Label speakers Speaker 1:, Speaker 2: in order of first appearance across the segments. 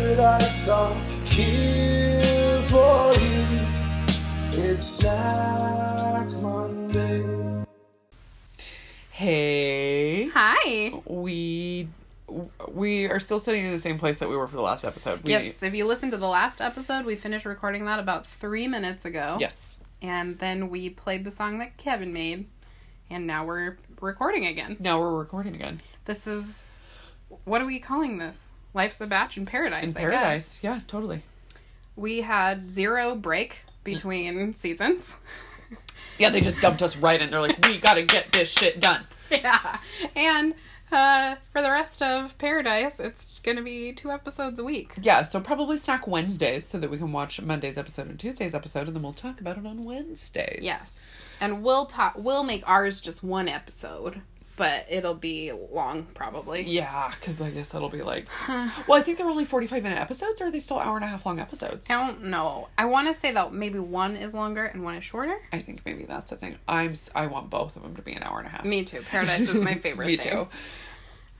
Speaker 1: yes, I'm here for you. It's Snack Monday.
Speaker 2: Hey,
Speaker 3: Hi.
Speaker 2: we we are still sitting in the same place that we were for the last episode. We,
Speaker 3: Yes, if you listen to the last episode, we finished recording that about three minutes ago.
Speaker 2: Yes.
Speaker 3: And then we played the song that Kevin made, and now we're recording again.
Speaker 2: Now we're recording again
Speaker 3: This is. What are we calling this? Life's a Batch in Paradise,
Speaker 2: in
Speaker 3: I guess.
Speaker 2: paradise. Yeah, totally.
Speaker 3: We had zero break between seasons.
Speaker 2: Yeah, they just dumped us right in. They're like, we gotta get this shit done.
Speaker 3: Yeah. And uh, for the rest of Paradise, it's going to be two episodes a week.
Speaker 2: Yeah, so probably snack Wednesdays so that we can watch Monday's episode and Tuesday's episode, and then we'll talk about it on Wednesdays.
Speaker 3: Yes. And we'll talk we'll make ours just one episode, but it'll be long probably.
Speaker 2: Yeah, because I guess that'll be like. well, I think they're only forty-five minute episodes, or are they still hour and a half long episodes?
Speaker 3: I don't know. I want to say that maybe one is longer and one is shorter.
Speaker 2: I think maybe that's the thing. I'm. s- I want both of them to be an hour and a half.
Speaker 3: Me too. Paradise is my favorite
Speaker 2: Me
Speaker 3: thing.
Speaker 2: too.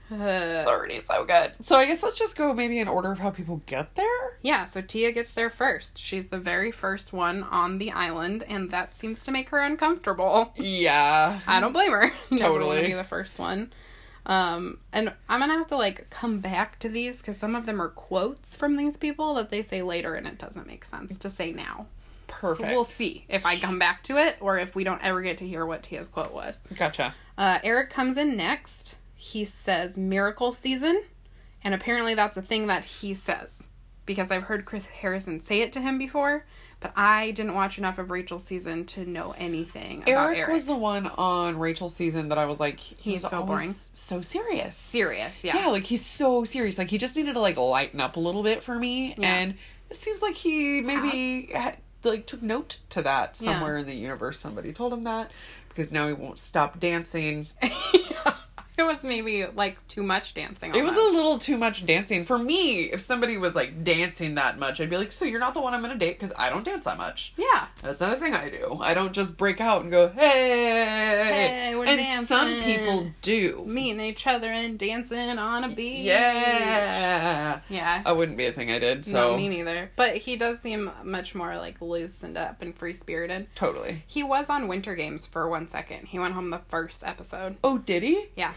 Speaker 3: Uh,
Speaker 2: It's already so good. So I guess let's just go maybe in order of how people get there.
Speaker 3: yeah, so Tia gets there first. She's the very first one on the island and that seems to make her uncomfortable.
Speaker 2: Yeah.
Speaker 3: I don't blame her. You never want to
Speaker 2: Totally.
Speaker 3: be the first one. Um, and I'm gonna have to like come back to these because some of them are quotes from these people that they say later, and it doesn't make sense to say now.
Speaker 2: Perfect.
Speaker 3: So we'll see if I come back to it or if we don't ever get to hear what Tia's quote was.
Speaker 2: Gotcha.
Speaker 3: Uh, Eric comes in next. He says miracle season, and apparently that's a thing that he says because I've heard Chris Harrison say it to him before, but I didn't watch enough of Rachel's season to know anything about
Speaker 2: Eric,
Speaker 3: Eric.
Speaker 2: was the one on Rachel's season that I was like, he
Speaker 3: He's
Speaker 2: was
Speaker 3: so
Speaker 2: always
Speaker 3: boring.
Speaker 2: so serious.
Speaker 3: serious, yeah.
Speaker 2: Yeah, like he's so serious. Like he just needed to like lighten up a little bit for me,
Speaker 3: Yeah.
Speaker 2: and it seems like he maybe had, like took note to that somewhere in the universe. Somebody told him that because now he won't stop dancing.
Speaker 3: It was maybe like too much dancing.
Speaker 2: It was a
Speaker 3: almost.
Speaker 2: little too much dancing for me. If somebody was like dancing that much, I'd be like, "So you're not the one I'm gonna date because I don't dance that much."
Speaker 3: yeah.
Speaker 2: That's not a thing I do. I don't just break out and go, hey.
Speaker 3: Hey, we're
Speaker 2: and some
Speaker 3: dancing.
Speaker 2: people do.
Speaker 3: Me and each other and dancing on a beach.
Speaker 2: Yeah.
Speaker 3: Yeah.
Speaker 2: I wouldn't be a thing I did, so.
Speaker 3: No, me neither. But he does seem much more like loosened up and free spirited.
Speaker 2: totally.
Speaker 3: He was on Winter Games for one second. He went home the first episode.
Speaker 2: Oh, did he?
Speaker 3: Yeah.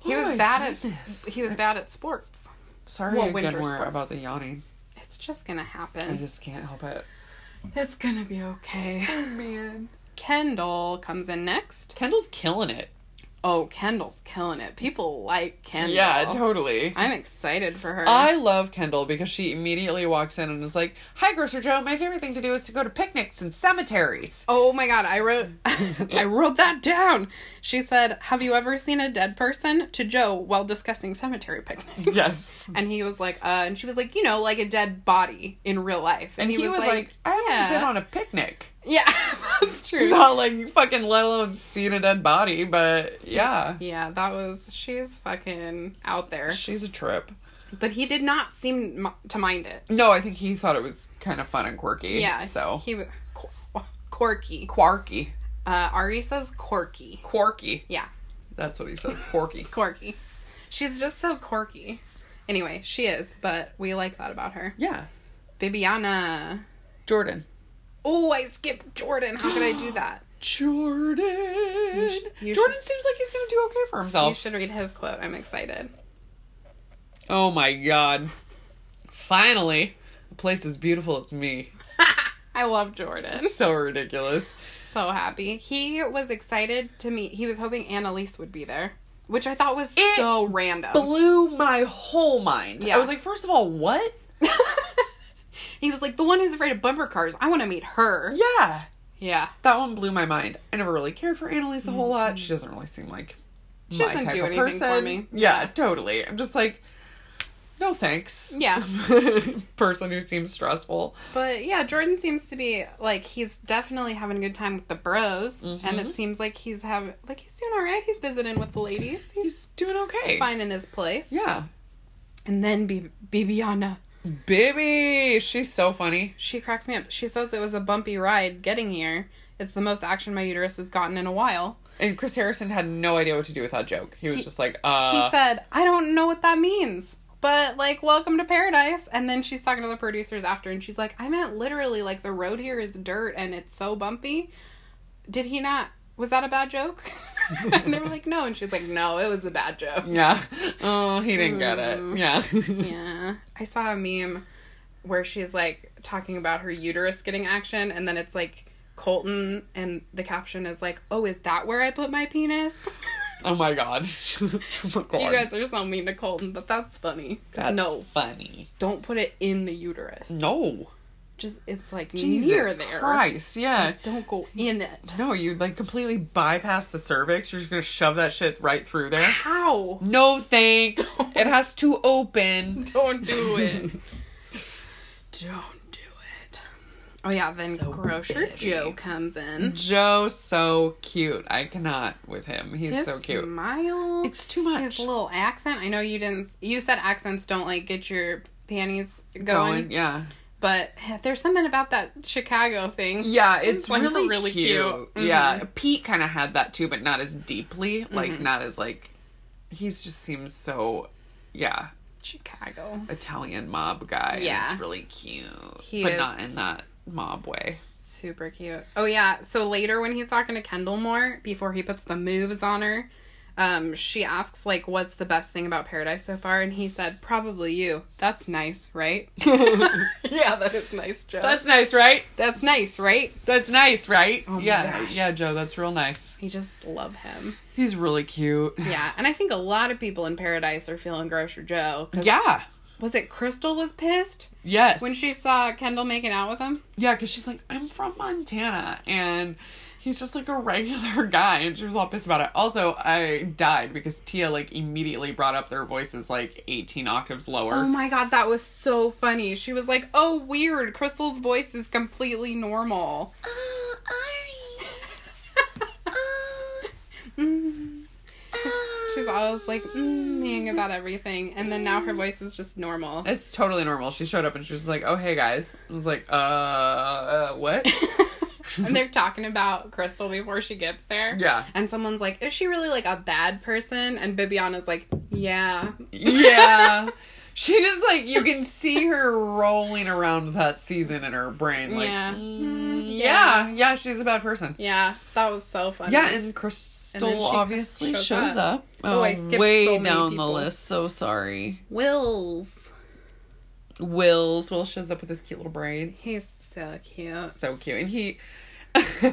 Speaker 3: He
Speaker 2: Oh
Speaker 3: was
Speaker 2: my
Speaker 3: bad
Speaker 2: goodness.
Speaker 3: at he was bad at sports.
Speaker 2: Sorry
Speaker 3: Well,
Speaker 2: again
Speaker 3: winter
Speaker 2: more
Speaker 3: sports.
Speaker 2: about the yawning.
Speaker 3: It's just gonna
Speaker 2: I
Speaker 3: happen.
Speaker 2: just can't help it.
Speaker 3: It's gonna be okay.
Speaker 2: Man.
Speaker 3: Oh, Kendall comes in next.
Speaker 2: Kendall's killing it.
Speaker 3: Oh, Kendall's killing it. People like Kendall.
Speaker 2: Yeah, totally.
Speaker 3: I'm excited for her.
Speaker 2: I love Kendall because she immediately walks in and is like, Hi, Grocer Joe. My favorite thing to do is to go to picnics and cemeteries.
Speaker 3: Oh my god, I wrote I wrote that down. She said, "Have you ever seen a dead person?" to Joe while discussing cemetery picnics.
Speaker 2: Yes.
Speaker 3: And he was like, "Uh," and she was like, "You know, like a dead body in real life."
Speaker 2: And he, was, like, I haven't
Speaker 3: yeah.
Speaker 2: been on a picnic.
Speaker 3: Yeah, that's true.
Speaker 2: not like you fucking let alone seen a dead body, but yeah.
Speaker 3: Yeah, that was she's fucking out there.
Speaker 2: She's a trip.
Speaker 3: But he did not seem m- to mind it.
Speaker 2: No, I think he thought it was kind of fun and quirky.
Speaker 3: Yeah,
Speaker 2: So
Speaker 3: he was quirky.
Speaker 2: quarky.
Speaker 3: Uh, Ari says quirky.
Speaker 2: Quirky.
Speaker 3: Yeah,
Speaker 2: That's what he says. Quirky.
Speaker 3: quirky. She's just so quirky. Anyway, she is, but we like that about her.
Speaker 2: yeah.
Speaker 3: Bibiana.
Speaker 2: Jordan.
Speaker 3: Oh, I skipped Jordan. How could I do that?
Speaker 2: Jordan.
Speaker 3: you
Speaker 2: Jordan
Speaker 3: should-
Speaker 2: seems like he's gonna do okay for
Speaker 3: You
Speaker 2: himself.
Speaker 3: should read his quote. I'm excited.
Speaker 2: oh my god. Finally. A place as beautiful as me.
Speaker 3: I love Jordan.
Speaker 2: So ridiculous.
Speaker 3: So happy. He was excited to meet. He was hoping Annalise would be there, which I thought was
Speaker 2: It
Speaker 3: so random.
Speaker 2: Blew my whole mind.
Speaker 3: Yeah.
Speaker 2: I was like, first of all, what?
Speaker 3: he was like, the one who's afraid of bumper cars. I want to meet her.
Speaker 2: Yeah.
Speaker 3: Yeah.
Speaker 2: That one blew my mind. I never really cared for Annalise a whole lot. She doesn't really seem like
Speaker 3: Mm-hmm. She
Speaker 2: my
Speaker 3: doesn't
Speaker 2: type
Speaker 3: do
Speaker 2: of
Speaker 3: anything for
Speaker 2: person.
Speaker 3: me.
Speaker 2: Yeah, totally. I'm just like, no thanks.
Speaker 3: Yeah.
Speaker 2: person who seems stressful.
Speaker 3: But yeah, Jordan seems to be like he's definitely having a good time with the bros, and
Speaker 2: Mm-hmm.
Speaker 3: it seems like he's having like he's doing all right. He's visiting with the ladies. He's
Speaker 2: He's doing okay.
Speaker 3: finding his place.
Speaker 2: Yeah.
Speaker 3: And then Bi- Bibiana.
Speaker 2: Baby, she's so funny.
Speaker 3: She cracks me up. She says it was a bumpy ride getting here. It's the most action my uterus has gotten in a while.
Speaker 2: And Chris Harrison had no idea what to do with that joke. He was
Speaker 3: He-
Speaker 2: just like, uh,
Speaker 3: he said, I don't know what that means. But like, welcome to paradise. And then she's talking to the producers after, and she's like, I meant literally, like, the road here is dirt and it's so bumpy. Did he not? Was that a bad joke? and they were like, no. And she's like, no, it was a bad joke.
Speaker 2: Yeah. Oh, he didn't get it. Yeah.
Speaker 3: Mm. yeah. I saw a meme where she's like talking about her uterus getting action, and then it's like Colton, and the caption is like, oh, is that where I put my penis?
Speaker 2: Oh my god. Oh my God.
Speaker 3: You guys are so mean to Colton, but that's funny. 'Cause
Speaker 2: That's
Speaker 3: No,
Speaker 2: funny.
Speaker 3: don't put it in the uterus.
Speaker 2: No.
Speaker 3: Just it's like near
Speaker 2: Jesus
Speaker 3: there.
Speaker 2: Christ. Yeah.
Speaker 3: Don't go in it.
Speaker 2: No, you like completely bypass the cervix. You're just gonna shove that shit right through there.
Speaker 3: How?
Speaker 2: No thanks. it has to open.
Speaker 3: Don't do it. Don't do it. Oh yeah, then Grocer Joe comes in.
Speaker 2: Mm-hmm. Joe's so cute. I cannot with him. He's
Speaker 3: His
Speaker 2: so cute.
Speaker 3: Smile.
Speaker 2: It's too much.
Speaker 3: his Mm. little accent. I know you didn't. You said accents don't like get your panties going,
Speaker 2: going. Yeah.
Speaker 3: but there's something about that Chicago thing.
Speaker 2: Yeah, it's,
Speaker 3: like,
Speaker 2: really,
Speaker 3: really
Speaker 2: cute.
Speaker 3: cute. mm-hmm.
Speaker 2: Yeah, Pete kind of had that too, but not as deeply. Like not as like he's just seems so yeah
Speaker 3: Chicago.
Speaker 2: Italian mob guy. Yeah,
Speaker 3: Yeah.
Speaker 2: and it's really cute,
Speaker 3: He
Speaker 2: but
Speaker 3: is.
Speaker 2: not in that mob way.
Speaker 3: Super cute. Oh yeah. So later when he's talking to Kendall more, before he puts the moves on her, um, she asks like, "What's the best thing about paradise so far?" And he said, "Probably you. That's nice, right?" yeah, that is nice, Joe. That's
Speaker 2: nice, right?
Speaker 3: that's nice, right?
Speaker 2: That's nice, right?
Speaker 3: my
Speaker 2: yeah,
Speaker 3: gosh.
Speaker 2: yeah, Joe. That's real nice.
Speaker 3: We just love him.
Speaker 2: He's really cute.
Speaker 3: Yeah, and I think a lot of people in paradise are feeling Grocer Joe. 'cause-
Speaker 2: Yeah.
Speaker 3: Was it Crystal was pissed
Speaker 2: Yes.
Speaker 3: when she saw Kendall making out with him?
Speaker 2: Yeah, because she's like, I'm from Montana, and he's just like a regular guy, and she was all pissed about it. Also, I died because Tia like immediately brought up their voices like 18 octaves lower.
Speaker 3: Oh my god, that was so funny. She was like, "Oh, weird. Crystal's voice is completely normal."
Speaker 1: Oh,
Speaker 3: Mm. She's
Speaker 1: oh.
Speaker 3: always like mm about everything, and then now her voice is just normal.
Speaker 2: it's totally normal. She showed up and she was like, "Oh hey guys," I was like, "Uh, uh what?"
Speaker 3: and they're talking about Crystal before she gets there.
Speaker 2: Yeah.
Speaker 3: And someone's like, "Is she really like a bad person?" And Bibiana's like, "Yeah."
Speaker 2: yeah, she just like you can see her rolling around that season in her brain. Like,
Speaker 3: Yeah.
Speaker 2: "Mm, yeah,
Speaker 3: yeah.
Speaker 2: yeah, she's a bad person.
Speaker 3: Yeah, that was so funny.
Speaker 2: Yeah, and Crystal
Speaker 3: And then she
Speaker 2: obviously
Speaker 3: shows
Speaker 2: shows,
Speaker 3: up.
Speaker 2: up.
Speaker 3: Oh, I skipped
Speaker 2: way
Speaker 3: so many
Speaker 2: down
Speaker 3: people.
Speaker 2: the list. So sorry.
Speaker 3: Wills.
Speaker 2: Wills. Will shows up with his cute little braids.
Speaker 3: He's so cute.
Speaker 2: so cute, and he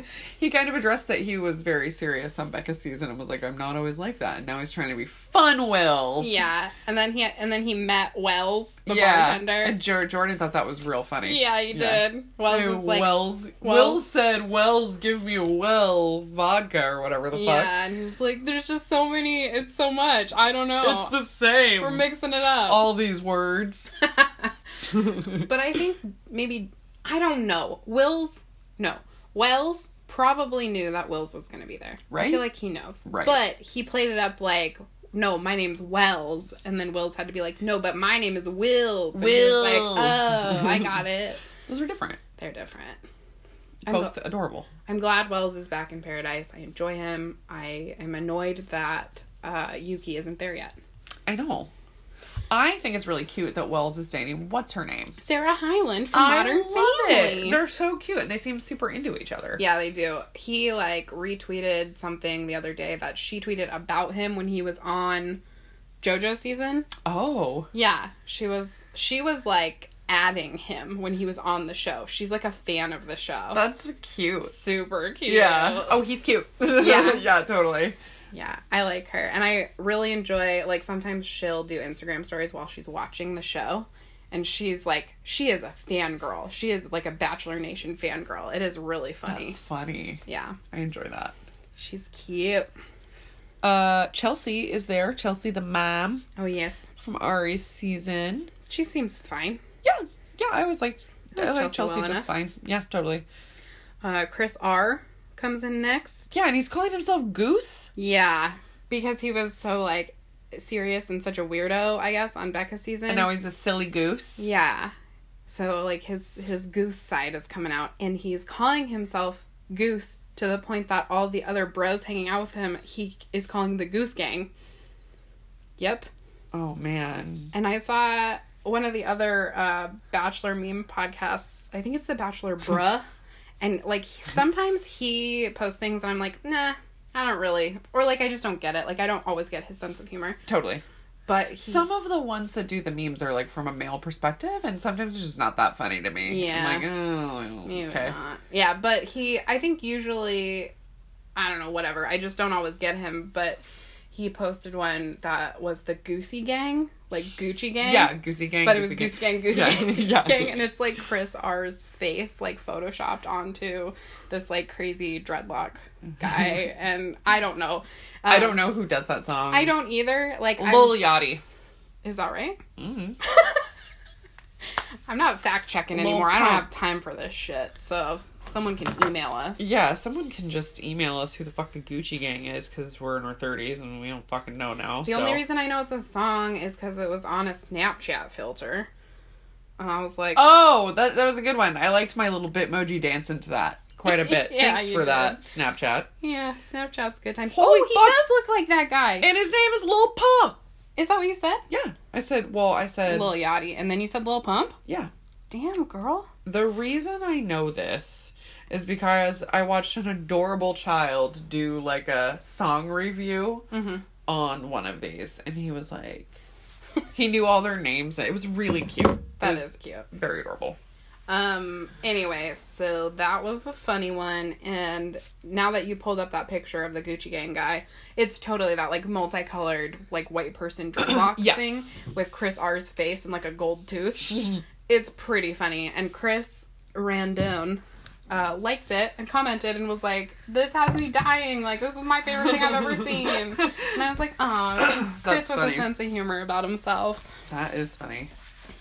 Speaker 2: he kind of addressed that he was very serious on Becca's season and was like, "I'm not always like that." And now he's trying to be fun. Wills.
Speaker 3: Yeah, and then he and then he met Wells, the
Speaker 2: yeah.
Speaker 3: bartender.
Speaker 2: And Jer- Jordan thought that was real funny.
Speaker 3: Yeah, he
Speaker 2: Yeah.
Speaker 3: did. Wells
Speaker 2: Hey,
Speaker 3: is like,
Speaker 2: Wells, Wells.
Speaker 3: Wells-
Speaker 2: said, "Wells, give me a well vodka or whatever the fuck."
Speaker 3: yeah, and he's like, there's just so many. It's so much. I don't know.
Speaker 2: It's the same.
Speaker 3: We're mixing it up.
Speaker 2: all these words.
Speaker 3: but I think maybe I don't know. Wills, no, Wells probably knew that Wills was going to be there. I
Speaker 2: Right?
Speaker 3: feel like he knows.
Speaker 2: Right.
Speaker 3: But he played it up like, no, my name's Wells, and then Wills had to be like, no, but my name is Wills. And he was like,
Speaker 2: Wills.
Speaker 3: oh, I got it.
Speaker 2: Those are different.
Speaker 3: They're different. I'm, gl-
Speaker 2: Both adorable.
Speaker 3: I'm glad Wells is back in paradise. I enjoy him. I am annoyed that uh, Yuki isn't there yet.
Speaker 2: I know. I think it's really cute that Wells is dating what's her name?
Speaker 3: Sarah Hyland from Modern Family.
Speaker 2: They're so cute and they seem super into each other.
Speaker 3: Yeah, they do. He like retweeted something the other day that she tweeted about him when he was on JoJo season.
Speaker 2: Oh.
Speaker 3: Yeah, she was she was like adding him when he was on the show. She's like a fan of the show.
Speaker 2: That's cute.
Speaker 3: super cute.
Speaker 2: Yeah. Oh, he's cute.
Speaker 3: Yeah.
Speaker 2: yeah, totally.
Speaker 3: Yeah, I like her. And I really enjoy like sometimes she'll do Instagram stories while she's watching the show. And she's like she is a fangirl. She is like a Bachelor Nation fangirl. It is really funny.
Speaker 2: That's funny.
Speaker 3: yeah.
Speaker 2: I enjoy that.
Speaker 3: She's cute.
Speaker 2: Uh Chelsea is there. Chelsea the mom
Speaker 3: Oh yes.
Speaker 2: from Ari's season.
Speaker 3: She seems fine.
Speaker 2: Yeah. Yeah, I always liked I, like
Speaker 3: like
Speaker 2: Chelsea,
Speaker 3: Chelsea well
Speaker 2: just fine. Yeah, totally.
Speaker 3: Uh, Chris R comes in next.
Speaker 2: Yeah, and he's calling himself Goose.
Speaker 3: Yeah, because he was so like serious and such a weirdo, I guess, on Becca's season.
Speaker 2: And now he's a silly goose.
Speaker 3: yeah, so like his his goose side is coming out, and he's calling himself Goose to the point that all the other bros hanging out with him, he is calling the Goose Gang. Yep.
Speaker 2: Oh man.
Speaker 3: And I saw one of the other uh, Bachelor meme podcasts. I think it's the Bachelor Bruh. and like sometimes he posts things and I'm like, nah, I don't really. Or like I just don't get it. Like I don't always get his sense of humor.
Speaker 2: Totally.
Speaker 3: But he,
Speaker 2: Some of the ones that do the memes are like from a male perspective, and sometimes it's just not that funny to me.
Speaker 3: Yeah.
Speaker 2: I'm like, oh,
Speaker 3: maybe
Speaker 2: okay.
Speaker 3: not. Yeah, but he, I think usually, I don't know, whatever. I just don't always get him. But he posted one that was the Goosey Gang, like Gucci Gang.
Speaker 2: Yeah, Goosey Gang.
Speaker 3: But it was Goose Gang, Goose
Speaker 2: Yeah,
Speaker 3: Gang, Goose
Speaker 2: yeah.
Speaker 3: Gang, and it's like Chris R's face, like photoshopped onto this like crazy dreadlock guy, and I don't know.
Speaker 2: I
Speaker 3: Um,
Speaker 2: don't know who does that song.
Speaker 3: I don't either. Like, I'm-
Speaker 2: Lil Yachty.
Speaker 3: is that right?
Speaker 2: Mhm.
Speaker 3: I'm not fact checking
Speaker 2: Lil
Speaker 3: anymore. I don't
Speaker 2: Pump.
Speaker 3: have time for this shit. So someone can email us.
Speaker 2: Yeah, someone can just email us who the fuck the Gucci Gang is because we're in our thirties and we don't fucking know now.
Speaker 3: The only reason I know it's a song is because it was on a Snapchat filter, and I was like,
Speaker 2: Oh, that that was a good one. I liked my little Bitmoji dance into that quite a bit.
Speaker 3: Yeah,
Speaker 2: Thanks
Speaker 3: you
Speaker 2: for
Speaker 3: did.
Speaker 2: that Snapchat.
Speaker 3: yeah, Snapchat's good time.
Speaker 2: Holy
Speaker 3: oh, he
Speaker 2: fuck.
Speaker 3: does look like that guy.
Speaker 2: And his name is Lil Pump.
Speaker 3: is that what you said?
Speaker 2: Yeah, I said. Well, I said.
Speaker 3: Lil Yachty, and then you said Lil Pump.
Speaker 2: yeah.
Speaker 3: Damn, girl.
Speaker 2: The reason I know this is because I watched an adorable child do like a song review
Speaker 3: Mm-hmm.
Speaker 2: on one of these, and he was like, he knew all their names. It was really cute.
Speaker 3: That
Speaker 2: That
Speaker 3: is
Speaker 2: is
Speaker 3: cute.
Speaker 2: very adorable.
Speaker 3: Um. Anyway, so that was a funny one, and now that you pulled up that picture of the Gucci Gang guy, it's totally that like multicolored like white person dreadlock
Speaker 2: Yes.
Speaker 3: thing with Chris R's face and like a gold tooth. it's pretty funny, and Chris Randone. Uh, liked it and commented and was like, "This has me dying. Like this is my favorite thing I've ever seen." And I was like, "Oh, Chris
Speaker 2: That's
Speaker 3: with a
Speaker 2: funny.
Speaker 3: sense of humor about himself."
Speaker 2: That is funny.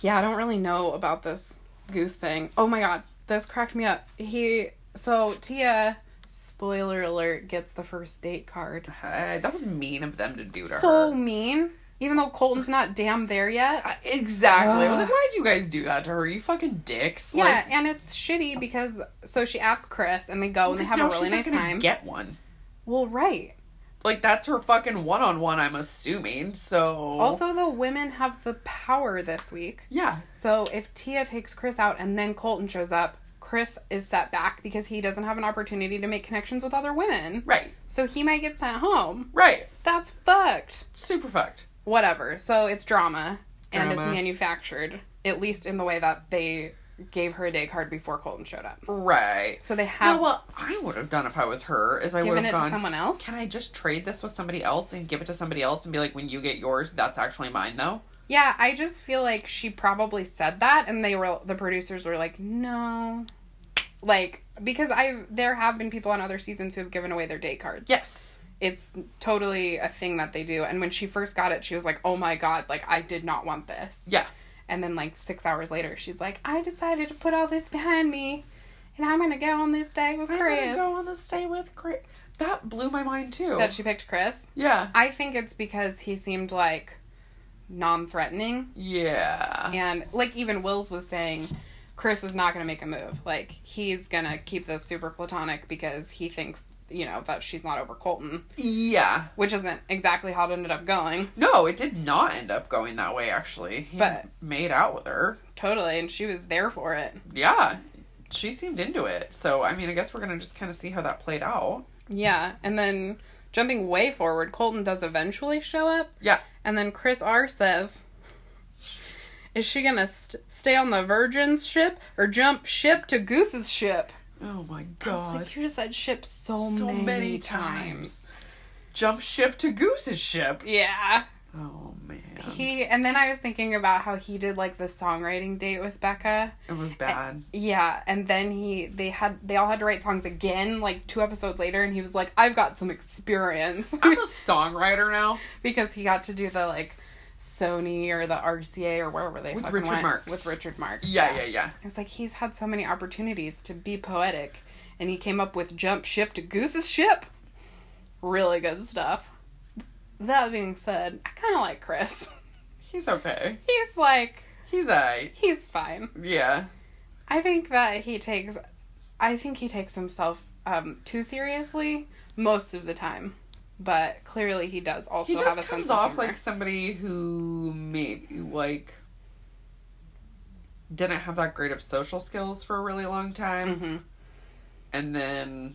Speaker 3: Yeah, I don't really know about this goose thing. Oh my god, this cracked me up. He so Tia, spoiler alert, gets the first date card.
Speaker 2: Uh, that was mean of them to do to
Speaker 3: So
Speaker 2: her.
Speaker 3: mean. Even though Colton's not damn there yet.
Speaker 2: I- Exactly. I was
Speaker 3: Ugh.
Speaker 2: like, why'd you guys do that to her? You fucking dicks.
Speaker 3: Yeah,
Speaker 2: Like,
Speaker 3: and it's shitty because so she asks Chris and they go and they
Speaker 2: because
Speaker 3: have a
Speaker 2: now
Speaker 3: really
Speaker 2: she's not
Speaker 3: nice
Speaker 2: gonna
Speaker 3: time.
Speaker 2: Get one.
Speaker 3: well, right.
Speaker 2: Like that's her fucking one on one. I'm assuming. So
Speaker 3: Also, the women have the power this week.
Speaker 2: yeah,
Speaker 3: So if Tia takes Chris out and then Colton shows up, Chris is set back because he doesn't have an opportunity to make connections with other women.
Speaker 2: right,
Speaker 3: So he might get sent home.
Speaker 2: right.
Speaker 3: That's fucked.
Speaker 2: Super fucked.
Speaker 3: Whatever. So it's drama, and it's
Speaker 2: Drama.
Speaker 3: manufactured, at least in the way that they gave her a day card before Colton showed up.
Speaker 2: Right.
Speaker 3: So they have
Speaker 2: Now, what I would have done if I was her is I would
Speaker 3: given it
Speaker 2: have gone.
Speaker 3: to someone else.
Speaker 2: Can I just trade this with somebody else and give it to somebody else and be like, when you get yours, that's actually mine though.
Speaker 3: Yeah, I just feel like she probably said that, and they were the producers were like, no, like because I there have been people on other seasons who have given away their day cards.
Speaker 2: Yes.
Speaker 3: It's totally a thing that they do. And when she first got it, she was like, oh my god, like I did not want this.
Speaker 2: Yeah.
Speaker 3: And then, like, six hours later, she's like, I decided to put all this behind me and I'm gonna go on this day with
Speaker 2: I'm gonna
Speaker 3: Chris.
Speaker 2: go on this day with Chris. That blew my mind too.
Speaker 3: That she picked Chris.
Speaker 2: yeah.
Speaker 3: I think it's because he seemed like non threatening.
Speaker 2: Yeah.
Speaker 3: And, like, even Wills was saying, Chris is not gonna make a move. Like, he's gonna keep this super platonic because he thinks, you know, that she's not over Colton,
Speaker 2: Yeah.
Speaker 3: which isn't exactly how it ended up going.
Speaker 2: No, it did not end up going that way actually. He
Speaker 3: But-
Speaker 2: made out with her.
Speaker 3: Totally. And she was there for it.
Speaker 2: Yeah. She seemed into it. So, I mean, I guess we're going to just kind of see how that played out.
Speaker 3: Yeah. And then, jumping way forward, Colton does eventually show up.
Speaker 2: Yeah.
Speaker 3: And then Chris R says, "Is she gonna st- stay on the Virgin's ship or jump ship to Goose's ship?"
Speaker 2: Oh my
Speaker 3: I was
Speaker 2: god.
Speaker 3: like, "You just said ship so,
Speaker 2: so
Speaker 3: many,
Speaker 2: many, times. Jump ship to Goose's ship.
Speaker 3: Yeah.
Speaker 2: Oh man.
Speaker 3: He and then I was thinking about how he did like the songwriting date with Becca.
Speaker 2: it was bad.
Speaker 3: Yeah, and then he they had they all had to write songs again like two episodes later, and he was like, "I've got some experience."
Speaker 2: I'm a songwriter now.
Speaker 3: because he got to do the like Sony or the RCA or wherever they
Speaker 2: With
Speaker 3: fucking
Speaker 2: Richard
Speaker 3: went
Speaker 2: Marx.
Speaker 3: with Richard Marx.
Speaker 2: Yeah, yeah, yeah.
Speaker 3: I was like, he's had so many opportunities to be poetic, and he came up with "Jump Ship to Goose's Ship." Really good stuff. That being said, I kind of like Chris.
Speaker 2: He's okay.
Speaker 3: He's like,
Speaker 2: He's a
Speaker 3: he's fine.
Speaker 2: yeah.
Speaker 3: I think that he takes, I think he takes himself um, too seriously most of the time, but clearly he does also
Speaker 2: He
Speaker 3: have
Speaker 2: just
Speaker 3: a sense
Speaker 2: comes
Speaker 3: of
Speaker 2: off
Speaker 3: humor.
Speaker 2: like somebody who maybe like didn't have that great of social skills for a really long time, and then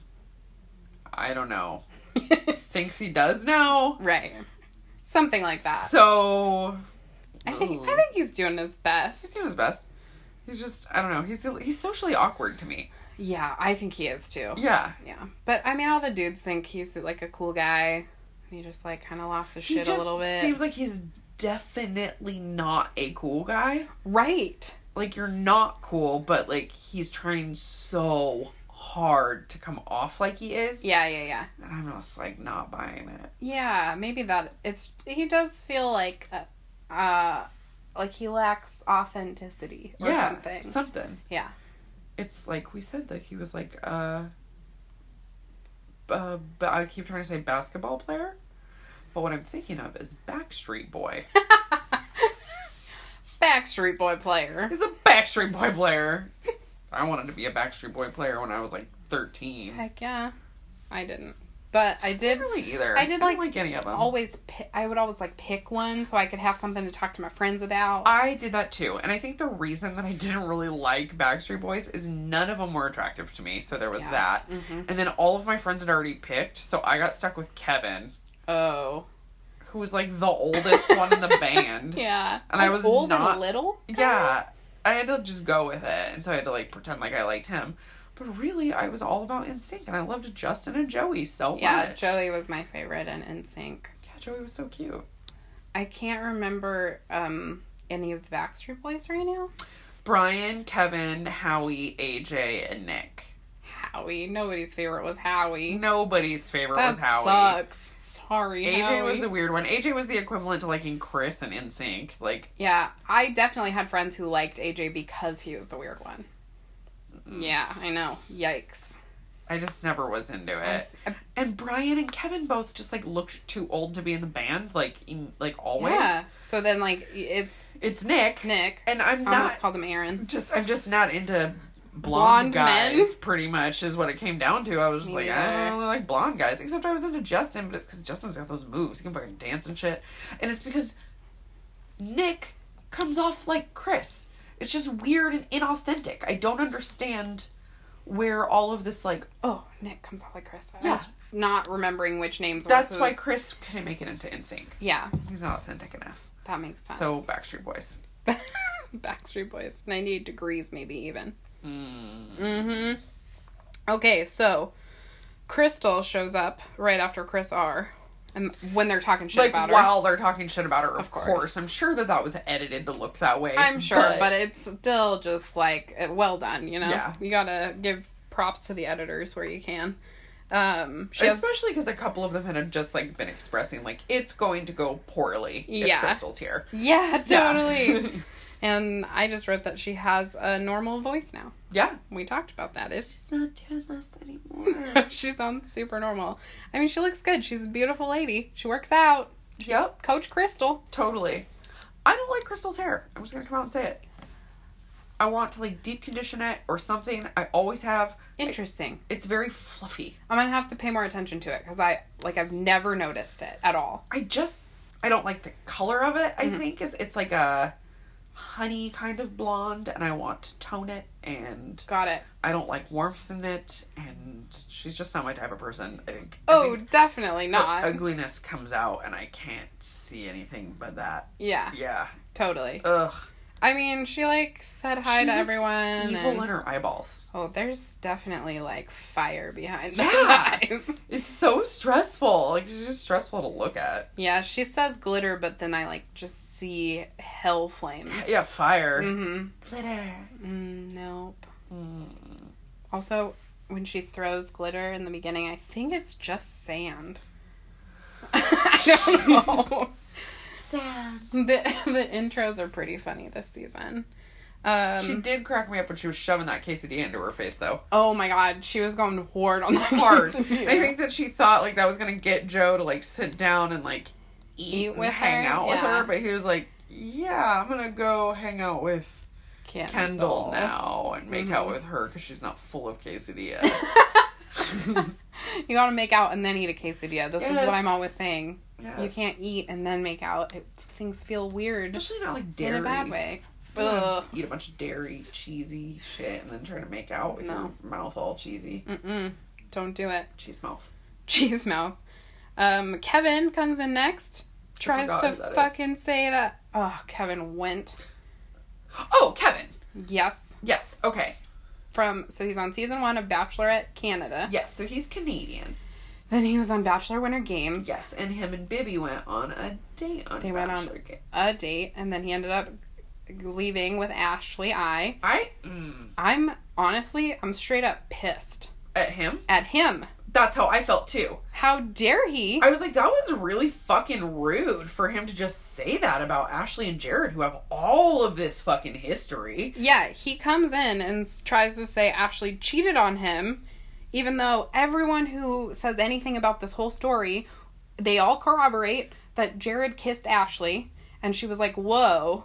Speaker 2: I don't know
Speaker 3: Mhm.
Speaker 2: thinks he does now.
Speaker 3: right, something like that.
Speaker 2: So
Speaker 3: I think I
Speaker 2: Ooh.
Speaker 3: think he's doing his
Speaker 2: he's
Speaker 3: best.
Speaker 2: doing his best. He's just I don't know. He's he's socially awkward to me.
Speaker 3: Yeah, I think he is too.
Speaker 2: Yeah,
Speaker 3: Yeah, but I mean, all the dudes think he's like a cool guy. and He just like kind of lost his
Speaker 2: he
Speaker 3: shit
Speaker 2: just
Speaker 3: a little bit.
Speaker 2: seems like he's definitely not a cool guy.
Speaker 3: right.
Speaker 2: like you're not cool, but like he's trying so hard to come off like he is.
Speaker 3: Yeah, yeah, yeah,
Speaker 2: And I'm just like not buying it.
Speaker 3: yeah. Maybe that it's he does feel like, uh, uh like he lacks authenticity or
Speaker 2: yeah.
Speaker 3: something.
Speaker 2: Something.
Speaker 3: Yeah.
Speaker 2: It's like we said that he was like uh uh, but I keep trying to say basketball player, but what I'm thinking of is Backstreet Boy.
Speaker 3: Backstreet Boy player.
Speaker 2: He's a Backstreet Boy player. I wanted to be a Backstreet Boy player when I was like 13. I
Speaker 3: Heck yeah, I didn't, but I did.
Speaker 2: didn't really either.
Speaker 3: I did
Speaker 2: don't
Speaker 3: like
Speaker 2: like any of them.
Speaker 3: Always, pi I would always like pick one so I could have something to talk to my friends about.
Speaker 2: I did that too, and I think the reason that I didn't really like Backstreet Boys is none of them were attractive to me, so there was
Speaker 3: Yeah.
Speaker 2: that.
Speaker 3: Mhm.
Speaker 2: And then all of my friends had already picked, so I got stuck with Kevin,
Speaker 3: Oh,
Speaker 2: who was like the oldest one in the band.
Speaker 3: yeah.
Speaker 2: And I
Speaker 3: Like,
Speaker 2: was
Speaker 3: old
Speaker 2: not-
Speaker 3: and little.
Speaker 2: Yeah, I had to just go with it, and so I had to like pretend like I liked him. But really, I was all about NSYNC, and I loved Justin and Joey so
Speaker 3: Yeah,
Speaker 2: much.
Speaker 3: Joey was my favorite in NSYNC.
Speaker 2: Yeah, Joey was so cute.
Speaker 3: I can't remember um any of the Backstreet Boys right now.
Speaker 2: Brian, Kevin, Howie, AJ, and Nick.
Speaker 3: Howie, nobody's favorite was Howie.
Speaker 2: Nobody's favorite
Speaker 3: That
Speaker 2: was Howie.
Speaker 3: sucks. Sorry,
Speaker 2: AJ
Speaker 3: Howie.
Speaker 2: was the weird one. AJ was the equivalent to liking Chris and NSYNC. Like,
Speaker 3: yeah. I definitely had friends who liked AJ because he was the weird one.
Speaker 2: Mm.
Speaker 3: Yeah, I know. Yikes.
Speaker 2: I just never was into
Speaker 3: Um,
Speaker 2: it.
Speaker 3: uh,
Speaker 2: And Brian and Kevin both just like looked too old to be in the band. Like, in, like always.
Speaker 3: Yeah. So then, like, it's
Speaker 2: It's Nick,
Speaker 3: Nick.
Speaker 2: and I'm
Speaker 3: I almost
Speaker 2: not
Speaker 3: called him Aaron.
Speaker 2: just. I'm just not into blonde,
Speaker 3: Blonde
Speaker 2: guys.
Speaker 3: men?
Speaker 2: Pretty much is what it came down to. I was just
Speaker 3: Me
Speaker 2: like, I
Speaker 3: neither.
Speaker 2: don't really like blonde guys. Except I was into Justin, but it's because Justin's got those moves. He can fucking dance and shit. And it's because Nick comes off like Chris. It's just weird and inauthentic. I don't understand where all of this like
Speaker 3: Oh, Nick comes off like Chris. I
Speaker 2: Yeah.
Speaker 3: was not remembering which names. were
Speaker 2: that's why
Speaker 3: whose.
Speaker 2: Chris couldn't make it into NSYNC.
Speaker 3: Yeah,
Speaker 2: He's not authentic enough.
Speaker 3: that makes sense.
Speaker 2: So Backstreet Boys.
Speaker 3: Backstreet Boys. 98 degrees, maybe even.
Speaker 2: Hmm.
Speaker 3: Mm hmm. Okay, so Crystal shows up right after Chris R. And when they're talking shit
Speaker 2: Like
Speaker 3: about her.
Speaker 2: while they're talking shit about her, of,
Speaker 3: Of
Speaker 2: course.
Speaker 3: course.
Speaker 2: I'm sure that that was edited to look that way.
Speaker 3: I'm sure, but, it's still just like, eh, well done, you know?
Speaker 2: Yeah.
Speaker 3: You gotta give props to the editors where you can. Um, she has,
Speaker 2: especially because a couple of them had just like been expressing like it's going to go poorly if
Speaker 3: Yeah.
Speaker 2: Crystal's here.
Speaker 3: yeah,
Speaker 2: Yeah.
Speaker 3: totally. and I just wrote that she has a normal voice now.
Speaker 2: yeah,
Speaker 3: We talked about that. It's
Speaker 2: she's not doing this anymore.
Speaker 3: she sounds super normal. I mean, she looks good. She's a beautiful lady. She works out.
Speaker 2: yep.
Speaker 3: Coach Crystal.
Speaker 2: Totally. I don't like Crystal's hair. I'm just gonna come out and say it. I want to like deep condition it or something. I always have.
Speaker 3: Interesting.
Speaker 2: It's very fluffy.
Speaker 3: I'm gonna have to pay more attention to it because I like I've never noticed it at all.
Speaker 2: I just I don't like the color of it. I think is it's like a honey kind of blonde, and I want to tone it. And
Speaker 3: Got it.
Speaker 2: I don't like warmth in it. And she's just not my type of person. I think. I uh,
Speaker 3: Oh,
Speaker 2: think
Speaker 3: definitely
Speaker 2: her
Speaker 3: not.
Speaker 2: ugliness comes out, and I can't see anything but that.
Speaker 3: yeah,
Speaker 2: Yeah.
Speaker 3: totally.
Speaker 2: Ugh.
Speaker 3: I mean, she like said hi
Speaker 2: She
Speaker 3: to
Speaker 2: looks
Speaker 3: everyone.
Speaker 2: Evil
Speaker 3: and-
Speaker 2: in her eyeballs.
Speaker 3: oh, there's definitely like fire behind
Speaker 2: Yeah.
Speaker 3: those eyes.
Speaker 2: It's so stressful. Like it's just stressful to look at.
Speaker 3: Yeah, she says glitter, but then I like just see hell flames.
Speaker 2: Yeah, fire.
Speaker 3: Mm-hmm.
Speaker 2: Glitter.
Speaker 3: Mm, nope.
Speaker 2: Mm.
Speaker 3: Also, when she throws glitter in the beginning, I think it's just sand. I don't know.
Speaker 2: Sad.
Speaker 3: the, the intros are pretty funny this season. Um,
Speaker 2: She did crack me up when she was shoving that quesadilla into her face, though.
Speaker 3: oh my god, she was going hard on that
Speaker 2: Hard. I
Speaker 3: quesadilla.
Speaker 2: think that she thought like that was gonna get Joe to like sit down and like eat,
Speaker 3: Eat
Speaker 2: and
Speaker 3: with
Speaker 2: hang
Speaker 3: her,
Speaker 2: out with
Speaker 3: yeah.
Speaker 2: her, but he was like, "Yeah, I'm gonna go hang out with
Speaker 3: Mm-hmm.
Speaker 2: Kendall now and make out with her because she's not full of quesadilla."
Speaker 3: you gotta make out and then eat a quesadilla. This is
Speaker 2: Yes.
Speaker 3: what I'm always saying. You
Speaker 2: Yes.
Speaker 3: can't eat and then make out. It, things feel weird
Speaker 2: Especially not like
Speaker 3: in
Speaker 2: dairy.
Speaker 3: a bad way.
Speaker 2: You don't
Speaker 3: Ugh.
Speaker 2: Eat a bunch of dairy, cheesy shit, and then try to make out with
Speaker 3: No. Mm.
Speaker 2: your mouth all cheesy.
Speaker 3: Mm-mm. Don't do it.
Speaker 2: Cheese mouth.
Speaker 3: Cheese mouth. Um, Kevin comes in next. Tries
Speaker 2: forgot
Speaker 3: to
Speaker 2: who that is.
Speaker 3: fucking say that. Oh, Kevin went.
Speaker 2: Oh, Kevin.
Speaker 3: Yes.
Speaker 2: Yes. Okay.
Speaker 3: From so he's on season one of Bachelorette Canada.
Speaker 2: Yes. So he's Canadian.
Speaker 3: Then he was on Bachelor Winter Games.
Speaker 2: Yes. And him and Bibby went on a date on
Speaker 3: They went on-
Speaker 2: Bachelor Ga-
Speaker 3: A date, and then he ended up leaving with Ashley. I.
Speaker 2: I mm,
Speaker 3: I'm honestly, I'm straight up pissed
Speaker 2: at him.
Speaker 3: at him.
Speaker 2: That's how I felt too.
Speaker 3: How dare he?
Speaker 2: I was like, that was really fucking rude for him to just say that about Ashley and Jared, who have all of this fucking history.
Speaker 3: Yeah, he comes in and s- tries to say Ashley cheated on him, even though everyone who says anything about this whole story, they all corroborate that Jared kissed Ashley, and she was like, "Whoa,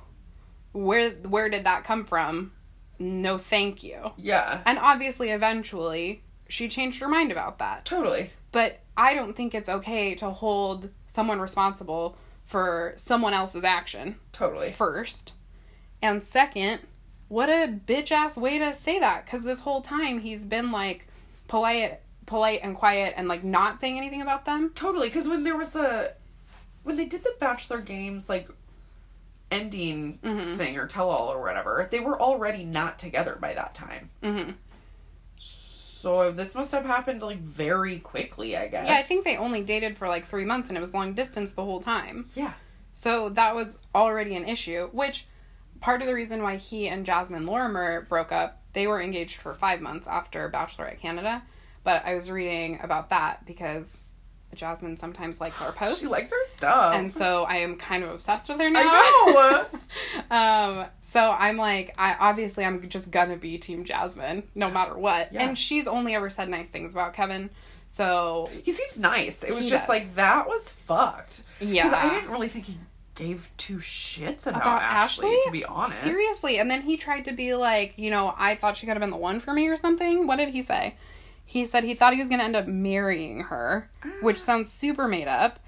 Speaker 3: where where did that come from? No, thank you."
Speaker 2: Yeah.
Speaker 3: And obviously, eventually, she changed her mind about that.
Speaker 2: Totally.
Speaker 3: But I don't think it's okay to hold someone responsible for someone else's action
Speaker 2: Totally.
Speaker 3: first. And second, what a bitch ass way to say that cuz this whole time he's been like polite polite and quiet and like not saying anything about them.
Speaker 2: Totally. Because when there was the. When they did the Bachelor Games, like, ending
Speaker 3: Mm-hmm.
Speaker 2: thing or tell all or whatever, they were already not together by that time.
Speaker 3: Mhm.
Speaker 2: So this must have happened, like, very quickly, I guess.
Speaker 3: Yeah, I think they only dated for like 3 months and it was long distance the whole time.
Speaker 2: Yeah.
Speaker 3: So that was already an issue, which part of the reason why he and Jasmine Lorimer broke up, they were engaged for five months after Bachelorette Canada. But I was reading about that because Jasmine sometimes likes our posts.
Speaker 2: She likes her stuff.
Speaker 3: and so I am kind of obsessed with her now.
Speaker 2: I know.
Speaker 3: um, so I'm like, I obviously I'm just gonna be Team Jasmine no matter what.
Speaker 2: Yeah.
Speaker 3: And she's only ever said nice things about Kevin. So
Speaker 2: He seems nice. It was
Speaker 3: He
Speaker 2: just
Speaker 3: does.
Speaker 2: like that was fucked.
Speaker 3: Yeah.
Speaker 2: Because I didn't really think he gave two shits about,
Speaker 3: About
Speaker 2: Ashley,
Speaker 3: Ashley?
Speaker 2: to be honest.
Speaker 3: Seriously. And then he tried to be like, you know, I thought she could have been the one for me or something. What did he say? He said he thought he was going to end up marrying her,
Speaker 2: Ah.
Speaker 3: which sounds super made up.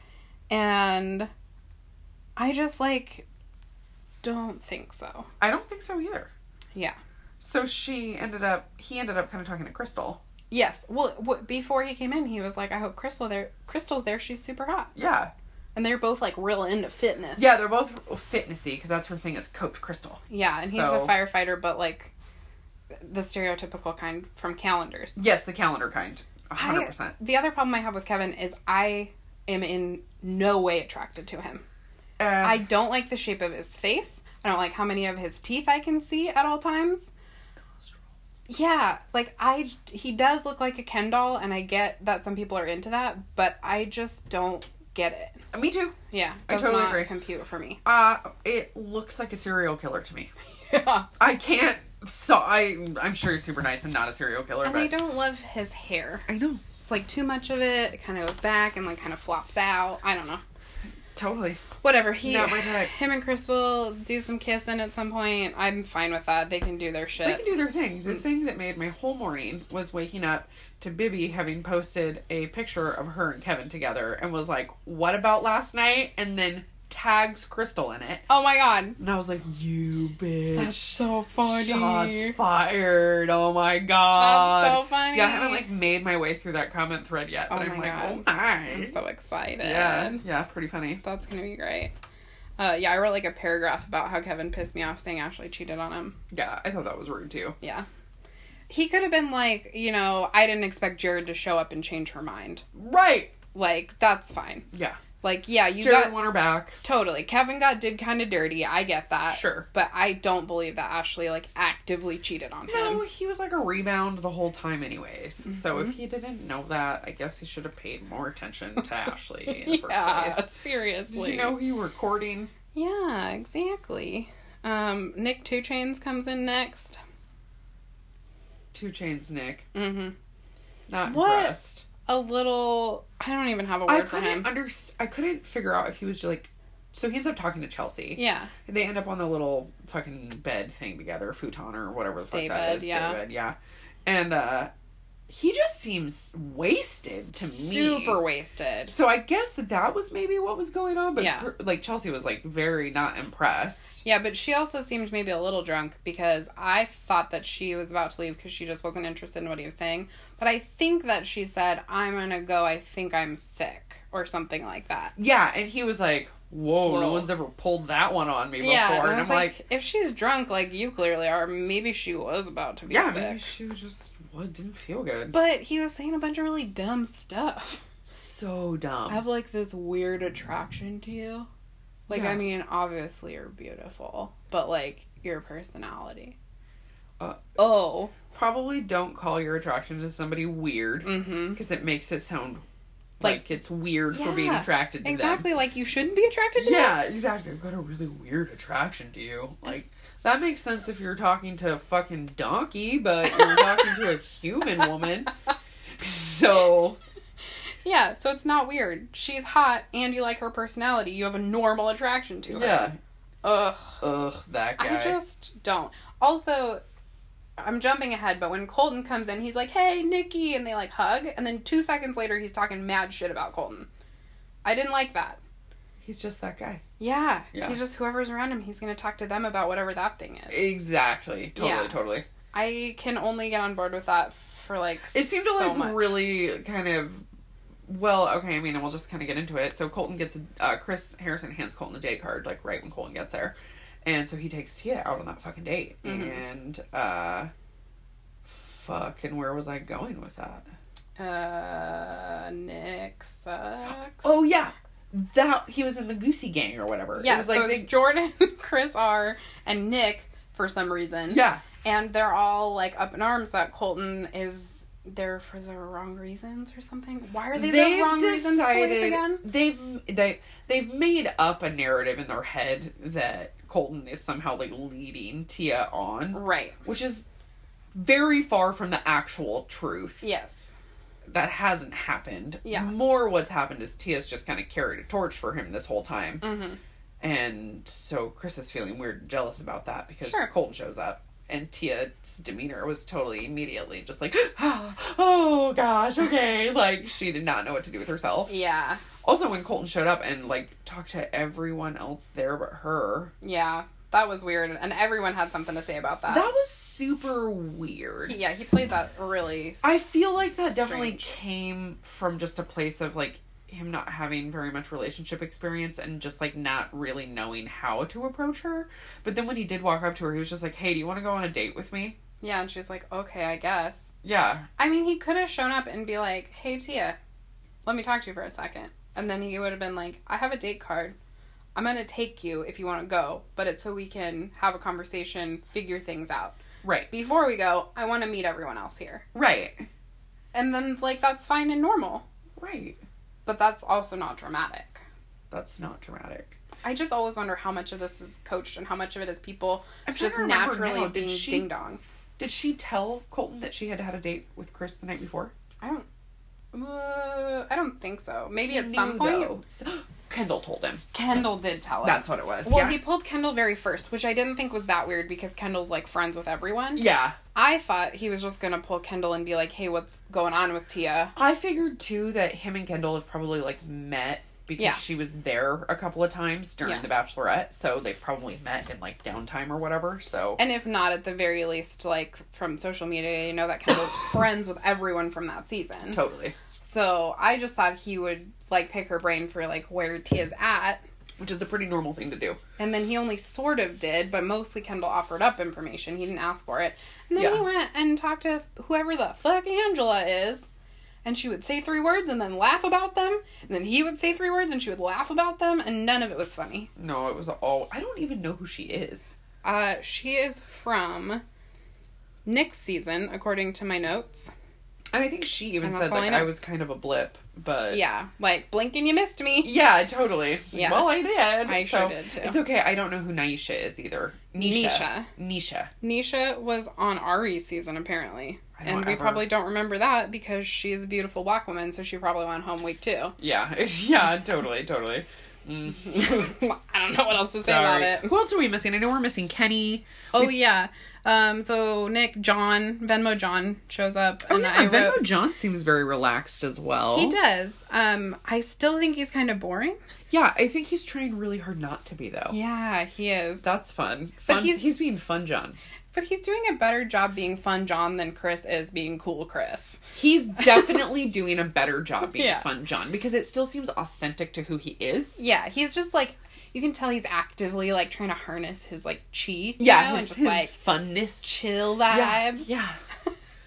Speaker 3: And I just like don't think so.
Speaker 2: I don't think so either.
Speaker 3: Yeah.
Speaker 2: So she ended up he ended up kind of talking to Crystal.
Speaker 3: Yes. Well, w- before he came in, he was like, I hope Crystal there Crystal's there. She's super hot.
Speaker 2: Yeah.
Speaker 3: And they're both like real into fitness.
Speaker 2: Yeah, they're both fitnessy because that's her thing is Coach Crystal.
Speaker 3: Yeah, and he's
Speaker 2: So-
Speaker 3: a firefighter but like the stereotypical kind from calendars.
Speaker 2: Yes, the calendar kind. a
Speaker 3: I-
Speaker 2: 100%.
Speaker 3: the other problem I have with Kevin is I am in no way attracted to him.
Speaker 2: Uh,
Speaker 3: I don't like the shape of his face. I don't like how many of his teeth I can see at all times. Yeah, like I he does look like a Ken doll and I get that some people are into that, but I just don't get it.
Speaker 2: me too.
Speaker 3: Yeah,
Speaker 2: I
Speaker 3: does
Speaker 2: totally
Speaker 3: not
Speaker 2: agree.
Speaker 3: compute for me.
Speaker 2: Uh it looks like a serial killer to me.
Speaker 3: Yeah.
Speaker 2: I can't so I I'm sure he's super nice and not a serial killer,
Speaker 3: And
Speaker 2: but
Speaker 3: I don't love his hair.
Speaker 2: I know.
Speaker 3: It's like too much of it. It kind of goes back and like kind of flops out. I don't know.
Speaker 2: Totally.
Speaker 3: whatever he
Speaker 2: Not my type.
Speaker 3: him and crystal do some kissing at some point i'm fine with that they can do their
Speaker 2: They
Speaker 3: shit
Speaker 2: can do their thing.
Speaker 3: Mm.
Speaker 2: The thing that made my whole morning was waking up to Bibby having posted a picture of her and Kevin together and was like, What about last night? And then tags Crystal in it.
Speaker 3: oh my god
Speaker 2: And I was like, You bitch.
Speaker 3: that's so funny
Speaker 2: Shots fired. Oh my god.
Speaker 3: That's so funny.
Speaker 2: Yeah, I haven't like made my way through that comment thread yet, but
Speaker 3: Oh
Speaker 2: I'm
Speaker 3: my
Speaker 2: like,
Speaker 3: God.
Speaker 2: oh my.
Speaker 3: i'm so excited
Speaker 2: yeah. Yeah, pretty funny.
Speaker 3: that's gonna be great uh, yeah i wrote like a paragraph about how kevin pissed me off saying ashley cheated on him
Speaker 2: Yeah, I thought that was rude too.
Speaker 3: yeah he could have been like you know i didn't expect jared to show up and change her mind
Speaker 2: Right.
Speaker 3: like that's fine
Speaker 2: Yeah.
Speaker 3: like yeah you
Speaker 2: Jared
Speaker 3: got
Speaker 2: won her back.
Speaker 3: Totally. Kevin got did kind of dirty. I get that.
Speaker 2: Sure.
Speaker 3: But I don't believe that Ashley like actively cheated on
Speaker 2: No,
Speaker 3: him.
Speaker 2: he was like a rebound the whole time, anyways. So
Speaker 3: Mm-hmm.
Speaker 2: if he didn't know that, I guess he should have paid more attention to Ashley in the
Speaker 3: yeah,
Speaker 2: first place.
Speaker 3: seriously.
Speaker 2: Did you know you were recording?
Speaker 3: Yeah, exactly. Um, Nick Two Chains comes in next.
Speaker 2: Two Chains Nick.
Speaker 3: Mm-hmm.
Speaker 2: Not
Speaker 3: What?
Speaker 2: impressed.
Speaker 3: A little. I don't even have a word
Speaker 2: I
Speaker 3: for
Speaker 2: couldn't
Speaker 3: him.
Speaker 2: understand. I couldn't figure out if he was like. So he ends up talking to Chelsea.
Speaker 3: yeah.
Speaker 2: They end up on the little fucking bed thing together, futon or whatever the fuck that
Speaker 3: Daybed,
Speaker 2: is.
Speaker 3: yeah.
Speaker 2: Daybed, yeah. And uh he just seems wasted to me.
Speaker 3: Super wasted.
Speaker 2: So I guess that, that was maybe what was going on, but
Speaker 3: Yeah.
Speaker 2: her- like Chelsea was like very not impressed.
Speaker 3: Yeah, but she also seemed maybe a little drunk because I thought that she was about to leave because she just wasn't interested in what he was saying. But I think that she said, I'm going to go. I think I'm sick or something like that.
Speaker 2: Yeah, and he was like, "Whoa, no
Speaker 3: Whoa.
Speaker 2: one's ever pulled that one on me before."
Speaker 3: Yeah, and,
Speaker 2: and
Speaker 3: I
Speaker 2: I'm
Speaker 3: was
Speaker 2: like,
Speaker 3: like, if she's drunk like you clearly are, maybe she was about to be
Speaker 2: "Yeah,
Speaker 3: sick.
Speaker 2: maybe she was just what didn't feel good."
Speaker 3: But he was saying a bunch of really dumb stuff.
Speaker 2: so dumb.
Speaker 3: I have like this weird attraction to you. Like,
Speaker 2: Yeah.
Speaker 3: I mean, obviously you're beautiful, but like your personality.
Speaker 2: Uh,
Speaker 3: oh.
Speaker 2: Probably don't call your attraction to somebody weird
Speaker 3: Mm-hmm.
Speaker 2: because it makes it sound like,
Speaker 3: Like-
Speaker 2: it's weird for being
Speaker 3: Yeah,
Speaker 2: attracted to them.
Speaker 3: Exactly. Like you shouldn't be attracted to
Speaker 2: Yeah, exactly. I've got a really weird attraction to you. Like that makes sense if you're talking to a fucking donkey, but you're talking to a human woman. So
Speaker 3: them. Yeah. So it's not weird. She's hot and you like her personality. You have a normal attraction to her.
Speaker 2: yeah,
Speaker 3: Ugh.
Speaker 2: ugh, that guy.
Speaker 3: I just don't. Also, I'm jumping ahead, but when Colton comes in, he's like, "Hey, Nikki," and they like hug, and then two seconds later, he's talking mad shit about Colton. I didn't like that.
Speaker 2: He's just that guy.
Speaker 3: Yeah,
Speaker 2: Yeah.
Speaker 3: he's just whoever's around him. He's gonna talk to them about whatever that thing is.
Speaker 2: Exactly. Totally.
Speaker 3: Yeah.
Speaker 2: Totally.
Speaker 3: I can only get on board with that for like.
Speaker 2: It seemed to
Speaker 3: so
Speaker 2: like
Speaker 3: much.
Speaker 2: really kind of. Well, okay. I mean, and we'll just kind of get into it. So Colton gets a, uh, Chris Harrison hands Colton a date card like right when Colton gets there, and so he takes Tia out on that fucking date. And uh, fuck. And where was I going with that?
Speaker 3: Uh, Nick sucks.
Speaker 2: Oh yeah, that he was in the Goosey Gang or whatever.
Speaker 3: yeah.
Speaker 2: it was
Speaker 3: so
Speaker 2: like
Speaker 3: it's
Speaker 2: they-
Speaker 3: Jordan, Chris R, and Nick for some reason.
Speaker 2: yeah,
Speaker 3: and they're all like up in arms that Colton is there for the wrong reasons or something. Why are they the wrong reasons police again?
Speaker 2: they've they they've made up a narrative in their head that Colton is somehow like leading Tia on,
Speaker 3: Right.
Speaker 2: which is very far from the actual truth.
Speaker 3: Yes.
Speaker 2: That hasn't happened.
Speaker 3: Yeah.
Speaker 2: More what's happened is Tia's just kind of carried a torch for him this whole time.
Speaker 3: Mm-hmm.
Speaker 2: And so Chris is feeling weird and jealous about that because
Speaker 3: Sure.
Speaker 2: Colton shows up. And Tia's demeanor was totally immediately just like, oh gosh, okay. Like, she did not know what to do with herself.
Speaker 3: Yeah.
Speaker 2: Also, when Colton showed up and, like, talked to everyone else there but her,
Speaker 3: Yeah. That was weird, and everyone had something to say about that.
Speaker 2: that was super weird.
Speaker 3: He- Uh, yeah, he played that really.
Speaker 2: I feel like that definitely
Speaker 3: Strange.
Speaker 2: came from just a place of, like, him not having very much relationship experience and just, like, not really knowing how to approach her. But then when he did walk up to her, he was just like, hey, do you want to go on a date with me?
Speaker 3: Yeah, and she's like, okay, I guess.
Speaker 2: Yeah.
Speaker 3: I mean, he could have shown up and be like, hey, Tia, let me talk to you for a second. And then he would have been like, I have a date card. I'm going to take you if you want to go, but it's so we can have a conversation, figure things out.
Speaker 2: Right.
Speaker 3: before we go, I want to meet everyone else here.
Speaker 2: Right.
Speaker 3: And then, like, that's fine and normal,
Speaker 2: Right.
Speaker 3: but that's also not dramatic.
Speaker 2: That's not dramatic.
Speaker 3: I just always wonder how much of this is coached and how much of it is people
Speaker 2: I'm trying
Speaker 3: just
Speaker 2: to remember
Speaker 3: naturally
Speaker 2: now, did
Speaker 3: being
Speaker 2: she-
Speaker 3: ding dongs.
Speaker 2: Did she tell Colton that she had had a date with Chris the night before?
Speaker 3: I don't. Uh, I don't think so. Maybe at
Speaker 2: He
Speaker 3: some
Speaker 2: knew,
Speaker 3: point,
Speaker 2: though. So- Kendall told him.
Speaker 3: Kendall did tell us.
Speaker 2: That's what it was.
Speaker 3: Well,
Speaker 2: yeah.
Speaker 3: he pulled Kendall very first, which I didn't think was that weird because Kendall's like friends with everyone.
Speaker 2: yeah.
Speaker 3: I thought he was just gonna pull Kendall and be like, "Hey, what's going on with Tia?"
Speaker 2: I figured too that him and Kendall have probably like met because
Speaker 3: Yeah.
Speaker 2: she was there a couple of times during
Speaker 3: Yeah.
Speaker 2: the Bachelorette, so they've probably met in like downtime or whatever. So
Speaker 3: And if not, at the very least, like from social media, you know that Kendall's friends with everyone from that season.
Speaker 2: totally,
Speaker 3: So I just thought he would like pick her brain for like where Tia's at.
Speaker 2: which is a pretty normal thing to do.
Speaker 3: And then he only sort of did, but mostly Kendall offered up information. He didn't ask for it. And then
Speaker 2: Yeah.
Speaker 3: he went and talked to whoever the fuck Angela is. And she would say three words and then laugh about them. And then he would say three words and she would laugh about them. And none of it was funny.
Speaker 2: No, it was all. I don't even know who she is.
Speaker 3: Uh, she is from Nick's season, according to my notes.
Speaker 2: And I think she even
Speaker 3: And that's
Speaker 2: said
Speaker 3: all
Speaker 2: like
Speaker 3: I know.
Speaker 2: I was kind of a blip, but
Speaker 3: Yeah, like blink and you missed me.
Speaker 2: Yeah, totally. It's like,
Speaker 3: Yeah.
Speaker 2: Well, I did.
Speaker 3: I
Speaker 2: so
Speaker 3: sure did, too.
Speaker 2: It's okay. I don't know who Naisha is either. Nisha.
Speaker 3: Nisha.
Speaker 2: Nisha.
Speaker 3: Nisha was on Ari's season apparently,
Speaker 2: I don't
Speaker 3: and we
Speaker 2: ever-
Speaker 3: probably don't remember that because she's a beautiful black woman, so she probably went home week two.
Speaker 2: Yeah. yeah. Totally. Totally. Mm.
Speaker 3: I don't know what else to say
Speaker 2: Sorry.
Speaker 3: about it.
Speaker 2: Who else are we missing? I know we're missing Kenny.
Speaker 3: Oh yeah, Um, so Nick John Venmo John shows up.
Speaker 2: Oh
Speaker 3: and
Speaker 2: yeah,
Speaker 3: I
Speaker 2: Venmo
Speaker 3: wrote-
Speaker 2: John seems very relaxed as well.
Speaker 3: He does. Um, I still think he's kind of boring.
Speaker 2: Yeah, I think he's trying really hard not to be though.
Speaker 3: Yeah, he is.
Speaker 2: That's fun. fun.
Speaker 3: he's-
Speaker 2: he's being fun, John.
Speaker 3: But he's doing a better job being fun John than Chris is being cool Chris.
Speaker 2: He's definitely doing a better job being
Speaker 3: Yeah.
Speaker 2: fun, John, because it still seems authentic to who he is.
Speaker 3: Yeah, he's just like you can tell he's actively like trying to harness his like chi. you know, and
Speaker 2: his,
Speaker 3: just
Speaker 2: his
Speaker 3: like
Speaker 2: funness.
Speaker 3: chill
Speaker 2: Yeah,
Speaker 3: vibes.
Speaker 2: yeah.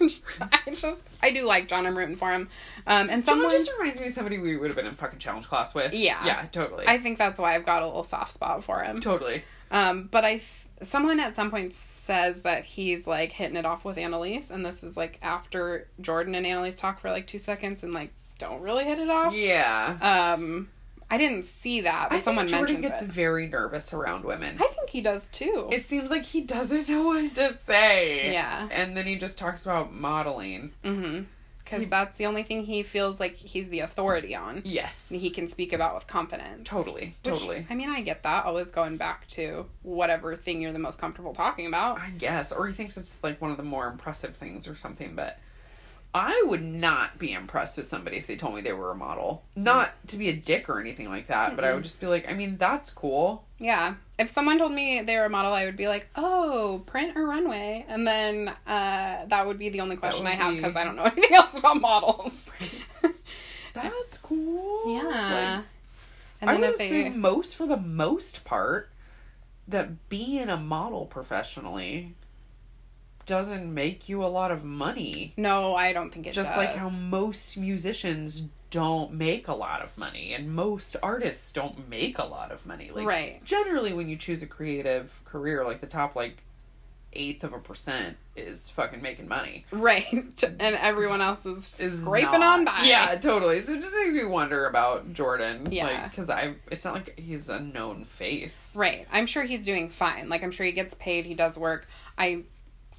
Speaker 3: I just I do like John. I'm rooting for him. Um, and
Speaker 2: Someone
Speaker 3: someone
Speaker 2: just reminds me of somebody we would have been in fucking challenge class with.
Speaker 3: Yeah.
Speaker 2: yeah, totally,
Speaker 3: I think that's why I've got a little soft spot for him.
Speaker 2: totally.
Speaker 3: Um, but I, th- someone at some point says that he's like hitting it off with Annalise, and this is like after Jordan and Annalise talk for like two seconds and like don't really hit it off.
Speaker 2: Yeah,
Speaker 3: Um, I didn't see that, but someone
Speaker 2: Jordan
Speaker 3: mentions
Speaker 2: gets
Speaker 3: it.
Speaker 2: very nervous around women.
Speaker 3: I think he does too.
Speaker 2: it seems like he doesn't know what to say.
Speaker 3: Yeah.
Speaker 2: and then he just talks about modeling.
Speaker 3: mm-hmm. Because that's the only thing he feels like he's the authority on.
Speaker 2: Yes,
Speaker 3: He can speak about with confidence.
Speaker 2: totally,
Speaker 3: Which,
Speaker 2: totally.
Speaker 3: I mean, I get that. Always going back to whatever thing you're the most comfortable talking about.
Speaker 2: I guess, or he thinks it's like one of the more impressive things or something, but I would not be impressed with somebody if they told me they were a model. Not
Speaker 3: Mm.
Speaker 2: to be a dick or anything like that, but I would just be like, I mean, that's cool.
Speaker 3: Yeah. If someone told me they were a model, I would be like, "Oh, print or runway," and then uh, that would be the only question
Speaker 2: would
Speaker 3: I have
Speaker 2: be-
Speaker 3: because I don't know anything else about models.
Speaker 2: That's cool.
Speaker 3: yeah.
Speaker 2: Like,
Speaker 3: And
Speaker 2: I
Speaker 3: then
Speaker 2: would
Speaker 3: if they,
Speaker 2: assume most, for the most part, that being a model professionally doesn't make you a lot of money.
Speaker 3: no, I don't think it
Speaker 2: just
Speaker 3: does.
Speaker 2: like how most musicians don't make a lot of money and most artists don't make a lot of money like
Speaker 3: Right.
Speaker 2: generally when you choose a creative career like the top like eighth of a percent is fucking making money
Speaker 3: right, and everyone else is,
Speaker 2: is
Speaker 3: scraping
Speaker 2: not.
Speaker 3: on by.
Speaker 2: yeah totally so it just makes me wonder about jordan
Speaker 3: Yeah.
Speaker 2: because i it's not like he's a known face
Speaker 3: Right. I'm sure he's doing fine. Like I'm sure he gets paid. He does work. I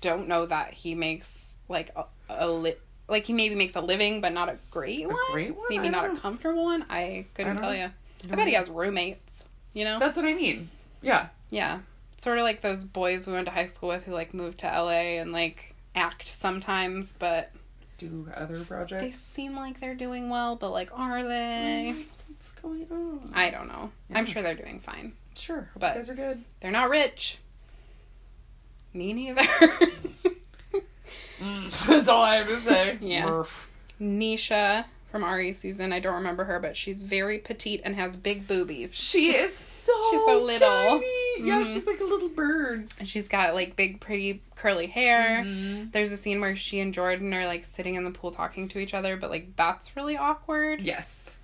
Speaker 3: don't know that he makes like a, a li- like he maybe makes a living, but not a great one.
Speaker 2: great one?
Speaker 3: Maybe
Speaker 2: I
Speaker 3: not
Speaker 2: don't
Speaker 3: a
Speaker 2: know.
Speaker 3: comfortable one. I couldn't
Speaker 2: I don't
Speaker 3: tell
Speaker 2: know.
Speaker 3: you. I bet he has roommates. You know.
Speaker 2: that's what i mean yeah
Speaker 3: yeah. Sort of like those boys we went to high school with who like moved to LA and like act sometimes, but
Speaker 2: do other
Speaker 3: they
Speaker 2: projects
Speaker 3: seem like they're doing well, but like are they?
Speaker 2: Mm-hmm. what's going on
Speaker 3: I don't know. I'm sure they're doing fine.
Speaker 2: sure hope
Speaker 3: But-
Speaker 2: you guys are good
Speaker 3: They're not rich. Me neither.
Speaker 2: that's all i have to say
Speaker 3: Yeah.
Speaker 2: Murph.
Speaker 3: Nisha from RE season. I don't remember her, but she's very petite and has big boobies.
Speaker 2: She is so
Speaker 3: She's so little.
Speaker 2: Tiny. Yeah,
Speaker 3: Mhm.
Speaker 2: she's like a little bird.
Speaker 3: And she's got like big, pretty, curly hair.
Speaker 2: Mm-hmm.
Speaker 3: There's a scene where she and Jordan are like sitting in the pool talking to each other, but like that's really awkward.
Speaker 2: Yes.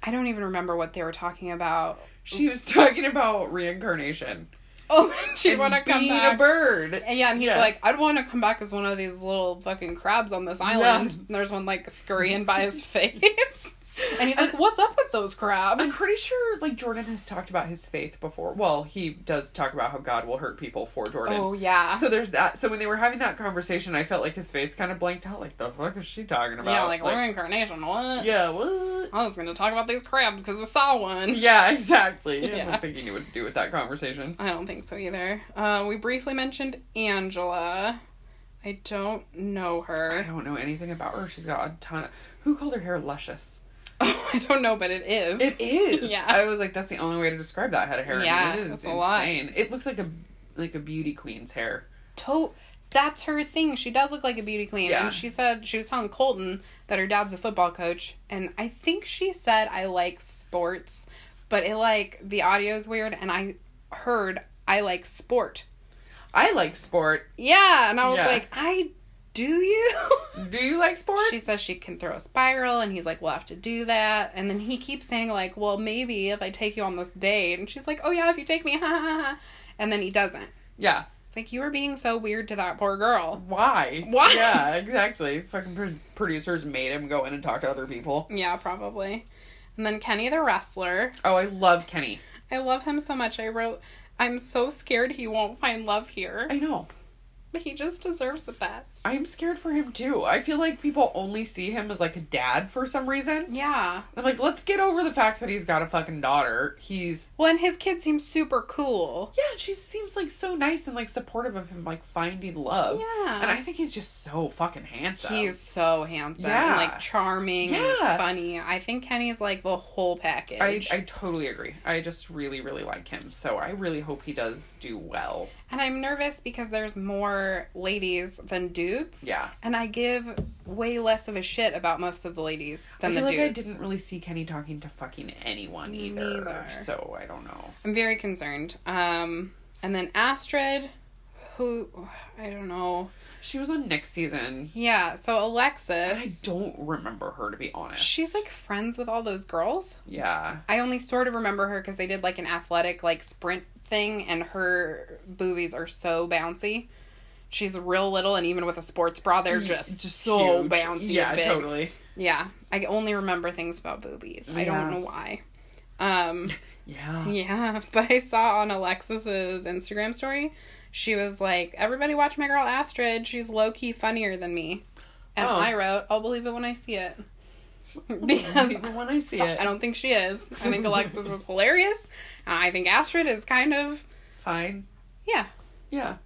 Speaker 3: I don't even remember what they were talking about.
Speaker 2: She was talking about reincarnation.
Speaker 3: Oh, she
Speaker 2: and
Speaker 3: want to come
Speaker 2: being
Speaker 3: back.
Speaker 2: a bird.
Speaker 3: And yeah, and he's
Speaker 2: Yeah.
Speaker 3: like, I'd want to come back as one of these little fucking crabs on this island. And there's one like scurrying by his face. And he's like, What's up with those crabs?
Speaker 2: I'm pretty sure like Jordan has talked about his faith before. Well, he does talk about how God will hurt people for Jordan.
Speaker 3: Oh, yeah.
Speaker 2: So there's that. So when they were having that conversation, I felt like his face kind of blanked out. Like the fuck is she talking about?
Speaker 3: yeah, like, oh reincarnation. What?
Speaker 2: yeah, what?
Speaker 3: I was going to talk about these crabs because I saw one.
Speaker 2: Yeah, exactly. I
Speaker 3: Yeah.
Speaker 2: don't think he knew what to do with that conversation.
Speaker 3: I don't think so either. Uh, we briefly mentioned Angela. I don't know
Speaker 2: I
Speaker 3: her.
Speaker 2: don't know anything about her. She's got a ton. Of... Who called her hair luscious?
Speaker 3: Oh, I don't know, but it is.
Speaker 2: It is.
Speaker 3: Yeah.
Speaker 2: I was like, that's the only way to describe that head of hair. Yeah.
Speaker 3: Yeah,
Speaker 2: it is
Speaker 3: that's a lot.
Speaker 2: insane. It looks like a like a beauty queen's hair.
Speaker 3: to- that's her thing. She does look like a beauty queen.
Speaker 2: Yeah.
Speaker 3: And she said she was telling Colton that her dad's a football coach, and I think she said I like sports, but it like the audio is weird, and I heard I like sport.
Speaker 2: I like sport.
Speaker 3: Yeah, and I was
Speaker 2: Yeah.
Speaker 3: like, I do you?
Speaker 2: Do you like sport?
Speaker 3: she says she can throw a spiral and he's like we'll have to do that and then he keeps saying like well maybe if i take you on this date and she's like oh yeah if you take me ha ha ha and then he doesn't
Speaker 2: yeah.
Speaker 3: it's like you were being so weird to that poor girl
Speaker 2: Why?
Speaker 3: Why?
Speaker 2: Yeah, exactly. Fucking pro- producers made him go in and talk to other people.
Speaker 3: yeah probably and then kenny the wrestler
Speaker 2: Oh, I love Kenny.
Speaker 3: i love him so much i wrote i'm so scared he won't find love here
Speaker 2: I know.
Speaker 3: But he just deserves the best.
Speaker 2: I'm scared for him too. I feel like people only see him as like a dad for some reason.
Speaker 3: Yeah.
Speaker 2: I'm like, let's get over the fact that he's got a fucking daughter. He's
Speaker 3: Well, and his kid seems super cool.
Speaker 2: yeah, she seems like so nice and like supportive of him like finding love.
Speaker 3: Yeah.
Speaker 2: And I think he's just so fucking handsome.
Speaker 3: He's so handsome
Speaker 2: Yeah.
Speaker 3: and like charming
Speaker 2: Yeah.
Speaker 3: and funny. I think Kenny's like the whole
Speaker 2: I,
Speaker 3: package.
Speaker 2: I totally agree. I just really, really like him. So I really hope he does do well.
Speaker 3: and I'm nervous because there's more ladies than dudes.
Speaker 2: Yeah.
Speaker 3: And I give way less of a shit about most of the ladies than
Speaker 2: I feel
Speaker 3: the
Speaker 2: like I
Speaker 3: dudes.
Speaker 2: didn't really see Kenny talking to fucking anyone
Speaker 3: Me
Speaker 2: either.
Speaker 3: neither.
Speaker 2: So I don't know.
Speaker 3: I'm very concerned. Um, and then Astrid, who I don't know.
Speaker 2: She was on next season.
Speaker 3: Yeah, so
Speaker 2: I
Speaker 3: Alexis,
Speaker 2: don't remember her to be honest.
Speaker 3: she's like friends with all those girls.
Speaker 2: yeah,
Speaker 3: I only sort of remember her because they did like an athletic like sprint thing, and her boobies are so bouncy. She's real little, and even with a sports bra, they're just so
Speaker 2: huge.
Speaker 3: bouncy.
Speaker 2: Yeah,
Speaker 3: and big.
Speaker 2: totally.
Speaker 3: Yeah, I only remember things about boobies. I
Speaker 2: Yeah.
Speaker 3: don't know why. Um,
Speaker 2: Yeah.
Speaker 3: Yeah, but I saw on Alexis's Instagram story, she was like, "Everybody watch my girl Astrid. She's low key funnier than me." And
Speaker 2: Oh.
Speaker 3: I wrote, "I'll believe it when I see it," because
Speaker 2: Even when I see it,
Speaker 3: I don't think she is. I think Alexis is hilarious. and I think Astrid is kind of
Speaker 2: fine.
Speaker 3: yeah.
Speaker 2: Yeah.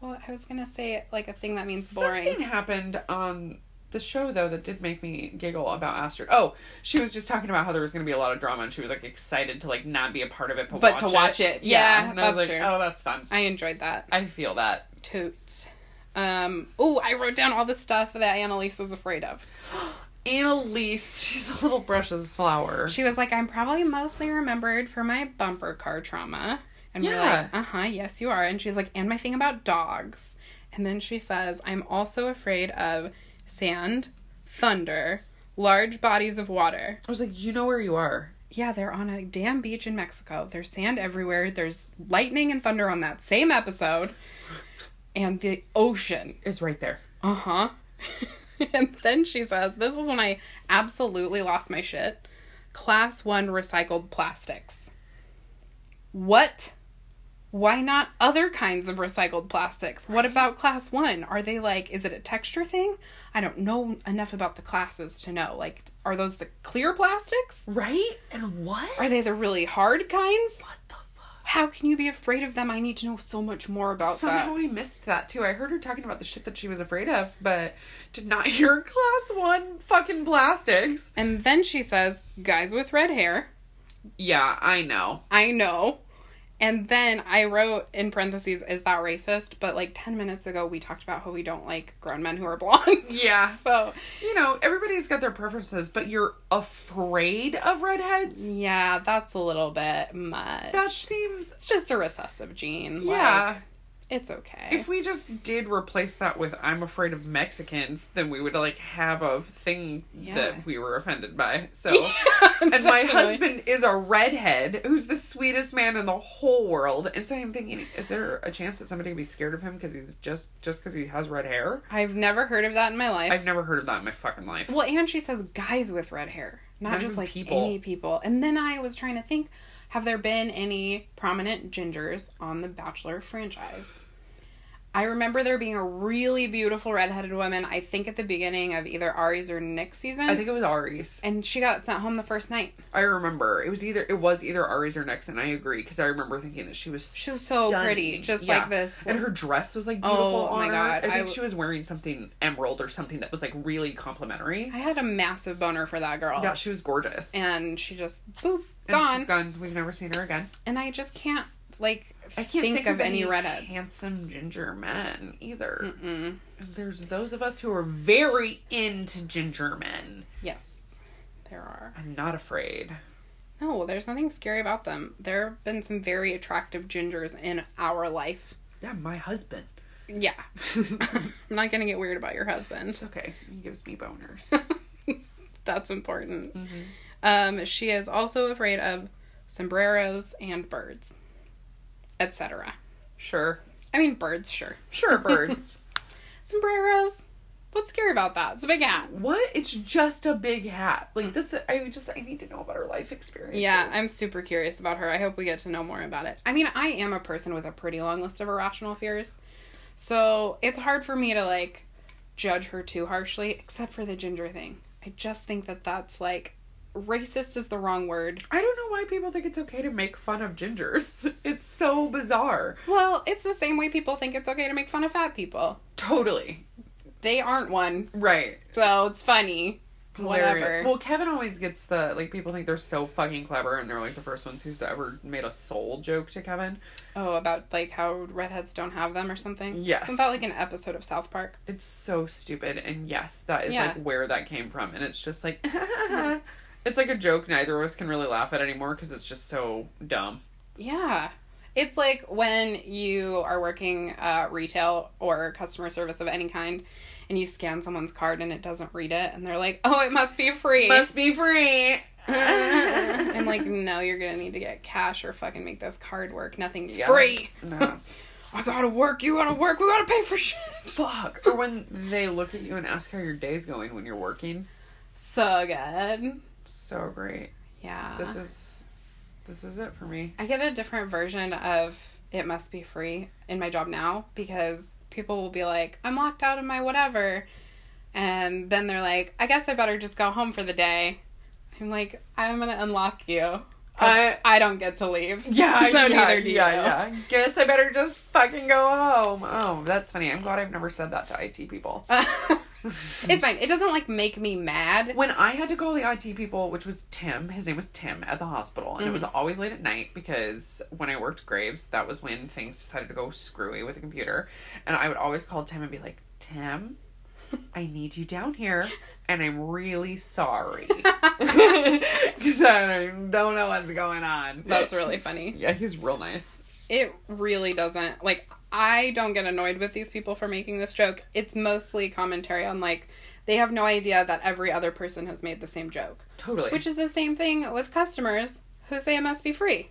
Speaker 3: Well, I was gonna say like a thing that means
Speaker 2: Something
Speaker 3: boring.
Speaker 2: happened on the show though that did make me giggle about Astrid. Oh, she was just talking about how there was going to be a lot of drama and she was like excited to like not be a part of it, but,
Speaker 3: But
Speaker 2: watch
Speaker 3: to watch it. Yeah,
Speaker 2: and I was
Speaker 3: that's
Speaker 2: like,
Speaker 3: true.
Speaker 2: oh, that's fun.
Speaker 3: I enjoyed that
Speaker 2: I feel that.
Speaker 3: toots. Um, oh, I wrote down all the stuff that Annalise is afraid of.
Speaker 2: Annalise, she's a little precious flower.
Speaker 3: She was like, I'm probably mostly remembered for my bumper car trauma. And we're
Speaker 2: Yeah.
Speaker 3: like, uh huh, yes, you are. And she's like, and my thing about dogs. And then she says, I'm also afraid of sand, thunder, large bodies of water.
Speaker 2: I was like, you know where you are.
Speaker 3: Yeah, they're on a damn beach in Mexico. There's sand everywhere. There's lightning and thunder on that same episode. And the ocean.
Speaker 2: It's right there.
Speaker 3: Uh huh. and then she says, This is when I absolutely lost my shit. Class one recycled plastics. What? Why not other kinds of recycled plastics? What about class one? Are they like, is it a texture thing? I don't know enough about the classes to know. Like, are those the clear plastics?
Speaker 2: Right? And what?
Speaker 3: Are they the really hard kinds?
Speaker 2: what the fuck?
Speaker 3: How can you be afraid of them? I need to know so much more about that.
Speaker 2: Somehow I missed that too. I heard her talking about the shit that she was afraid of, but did not hear class one fucking plastics.
Speaker 3: And then she says, guys with red hair.
Speaker 2: Yeah, I know.
Speaker 3: I know. And then I wrote in parentheses, is that racist? But like 10 minutes ago, we talked about how we don't like grown men who are blonde.
Speaker 2: Yeah.
Speaker 3: so,
Speaker 2: You know, everybody's got their preferences, but you're afraid of redheads?
Speaker 3: yeah, that's a little bit much.
Speaker 2: That seems.
Speaker 3: it's just a recessive gene. Like,
Speaker 2: Yeah.
Speaker 3: It's okay.
Speaker 2: If we just did replace that with I'm afraid of Mexicans, then we would like have a thing
Speaker 3: Yeah.
Speaker 2: that we were offended by. So
Speaker 3: and
Speaker 2: And my husband is a redhead who's the sweetest man in the whole world. And so I'm thinking, is there a chance that somebody could be scared of him because he's just just because he has red hair?
Speaker 3: I've never heard of that in my life.
Speaker 2: I've never heard of that in my fucking life.
Speaker 3: Well, and she says guys with red hair, not,
Speaker 2: Not
Speaker 3: just
Speaker 2: even
Speaker 3: like
Speaker 2: people.
Speaker 3: any people. And then I was trying to think, have there been any prominent gingers on the Bachelor franchise? I remember there being a really beautiful redheaded woman. I think at the beginning of either Ari's or Nick's season,
Speaker 2: I think it was Ari's.
Speaker 3: and she got sent home the first night.
Speaker 2: I remember it was either it was either Ari's or next, and I agree because I remember thinking that she was
Speaker 3: She was so
Speaker 2: stunning.
Speaker 3: pretty, just like this.
Speaker 2: and her dress was like beautiful.
Speaker 3: Oh,
Speaker 2: on
Speaker 3: my
Speaker 2: her.
Speaker 3: God.
Speaker 2: I think
Speaker 3: I w-
Speaker 2: she was wearing something emerald or something that was like really complimentary.
Speaker 3: I had a massive boner for that girl,
Speaker 2: Yeah, she was gorgeous.
Speaker 3: and she just boop
Speaker 2: And
Speaker 3: gone.
Speaker 2: she's gone. We've never seen her again.
Speaker 3: And I just can't like
Speaker 2: I can't
Speaker 3: think, of, any redheads.
Speaker 2: handsome ginger men either. There's those of us who are very into ginger men.
Speaker 3: yes, there are.
Speaker 2: I'm not afraid.
Speaker 3: No, there's nothing scary about them. There have been some very attractive gingers in our life.
Speaker 2: Yeah, my husband.
Speaker 3: Yeah. I'm
Speaker 2: it's
Speaker 3: not going to get weird about your husband.
Speaker 2: okay. He gives me boners.
Speaker 3: That's important. Um, she is also afraid of sombreros and birds, etc.
Speaker 2: sure.
Speaker 3: I mean, birds, sure.
Speaker 2: Sure, birds.
Speaker 3: Sombreros, what's scary about that? It's a big hat.
Speaker 2: what? It's just a big hat. Like this I just I need to know about her life experience.
Speaker 3: Mm. Yeah, I'm super curious about her. I hope we get to know more about it. I mean, I am a person with a pretty long list of irrational fears. So it's hard for me to like judge her too harshly, except for the ginger thing. I just think that that's like racist is the wrong word.
Speaker 2: I don't know why people think it's okay to make fun of gingers. It's so bizarre.
Speaker 3: Well, it's the same way people think it's okay to make fun of fat people.
Speaker 2: Totally.
Speaker 3: They aren't one,
Speaker 2: Right.
Speaker 3: so it's funny.
Speaker 2: Hilarious.
Speaker 3: Whatever.
Speaker 2: Well, Kevin always gets the like people think they're so fucking clever and they're like the first ones who's ever made a soul joke to Kevin.
Speaker 3: Oh, about like how redheads don't have them or something.
Speaker 2: Yes.
Speaker 3: Isn't that like an episode of South Park?
Speaker 2: It's so stupid and yes, that is
Speaker 3: Yeah.
Speaker 2: like where that came from and it's just like it's like a joke neither of us can really laugh at anymore cuz it's just so dumb.
Speaker 3: Yeah. It's like when you are working uh, retail or customer service of any kind and you scan someone's card and it doesn't read it and they're like, oh, it must be free.
Speaker 2: be free.
Speaker 3: I'm like, no, you're going to need to get cash or fucking make this card work. Nothing's free.
Speaker 2: No.
Speaker 3: I got to work. You got to work. We got to pay for shit.
Speaker 2: Fuck. Or when they look at you and ask how your day's going when you're working.
Speaker 3: So good.
Speaker 2: So great.
Speaker 3: Yeah.
Speaker 2: This is this is it for me.
Speaker 3: I get a different version of it must be free in my job now because people will be like, I'm locked out of my whatever. And then they're like, I guess I better just go home for the day. I'm like, I'm going to unlock you. I,
Speaker 2: I-
Speaker 3: I don't get to leave.
Speaker 2: Yeah,
Speaker 3: so
Speaker 2: yeah,
Speaker 3: neither do
Speaker 2: yeah,
Speaker 3: you.
Speaker 2: yeah. Guess I better just fucking go home. Oh, that's funny. I'm glad I've never said that to IT people.
Speaker 3: it's fine. It doesn't like make me mad.
Speaker 2: When I had to call the IT people, which was Tim, his name was Tim at the hospital, and it was
Speaker 3: Mm-hmm.
Speaker 2: always late at night because when I worked Graves, that was when things decided to go screwy with the computer, and I would always call Tim and be like, "Tim, I need you down here, and I'm really sorry because I don't know what's going on."
Speaker 3: That's really funny.
Speaker 2: yeah, he's real nice.
Speaker 3: It really doesn't. Like, I don't get annoyed with these people for making this joke. It's mostly commentary on like, they have no idea that every other person has made the same joke.
Speaker 2: Totally.
Speaker 3: Which is the same thing with customers who say it must be free.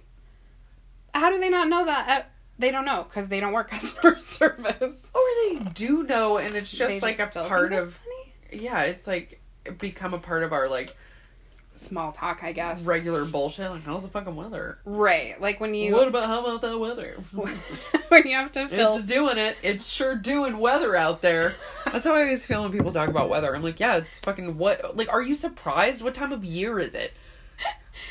Speaker 3: How do they not know that? Uh, they don't know because they don't work customer service.
Speaker 2: Or they Oh, do know, and it's just
Speaker 3: They
Speaker 2: like
Speaker 3: just
Speaker 2: a
Speaker 3: still think
Speaker 2: part
Speaker 3: that's
Speaker 2: of.
Speaker 3: funny?
Speaker 2: Yeah, it's like it become a part of our like
Speaker 3: small talk, I guess. Right,
Speaker 2: regular bullshit. Like, how's the fucking weather?
Speaker 3: Like when you
Speaker 2: What about how about that weather?
Speaker 3: when you have to fill.
Speaker 2: it's doing it. It's sure doing weather out there. That's how I always feel when people talk about weather. I'm like, yeah, it's fucking what? Like, are you surprised? What time of year is it?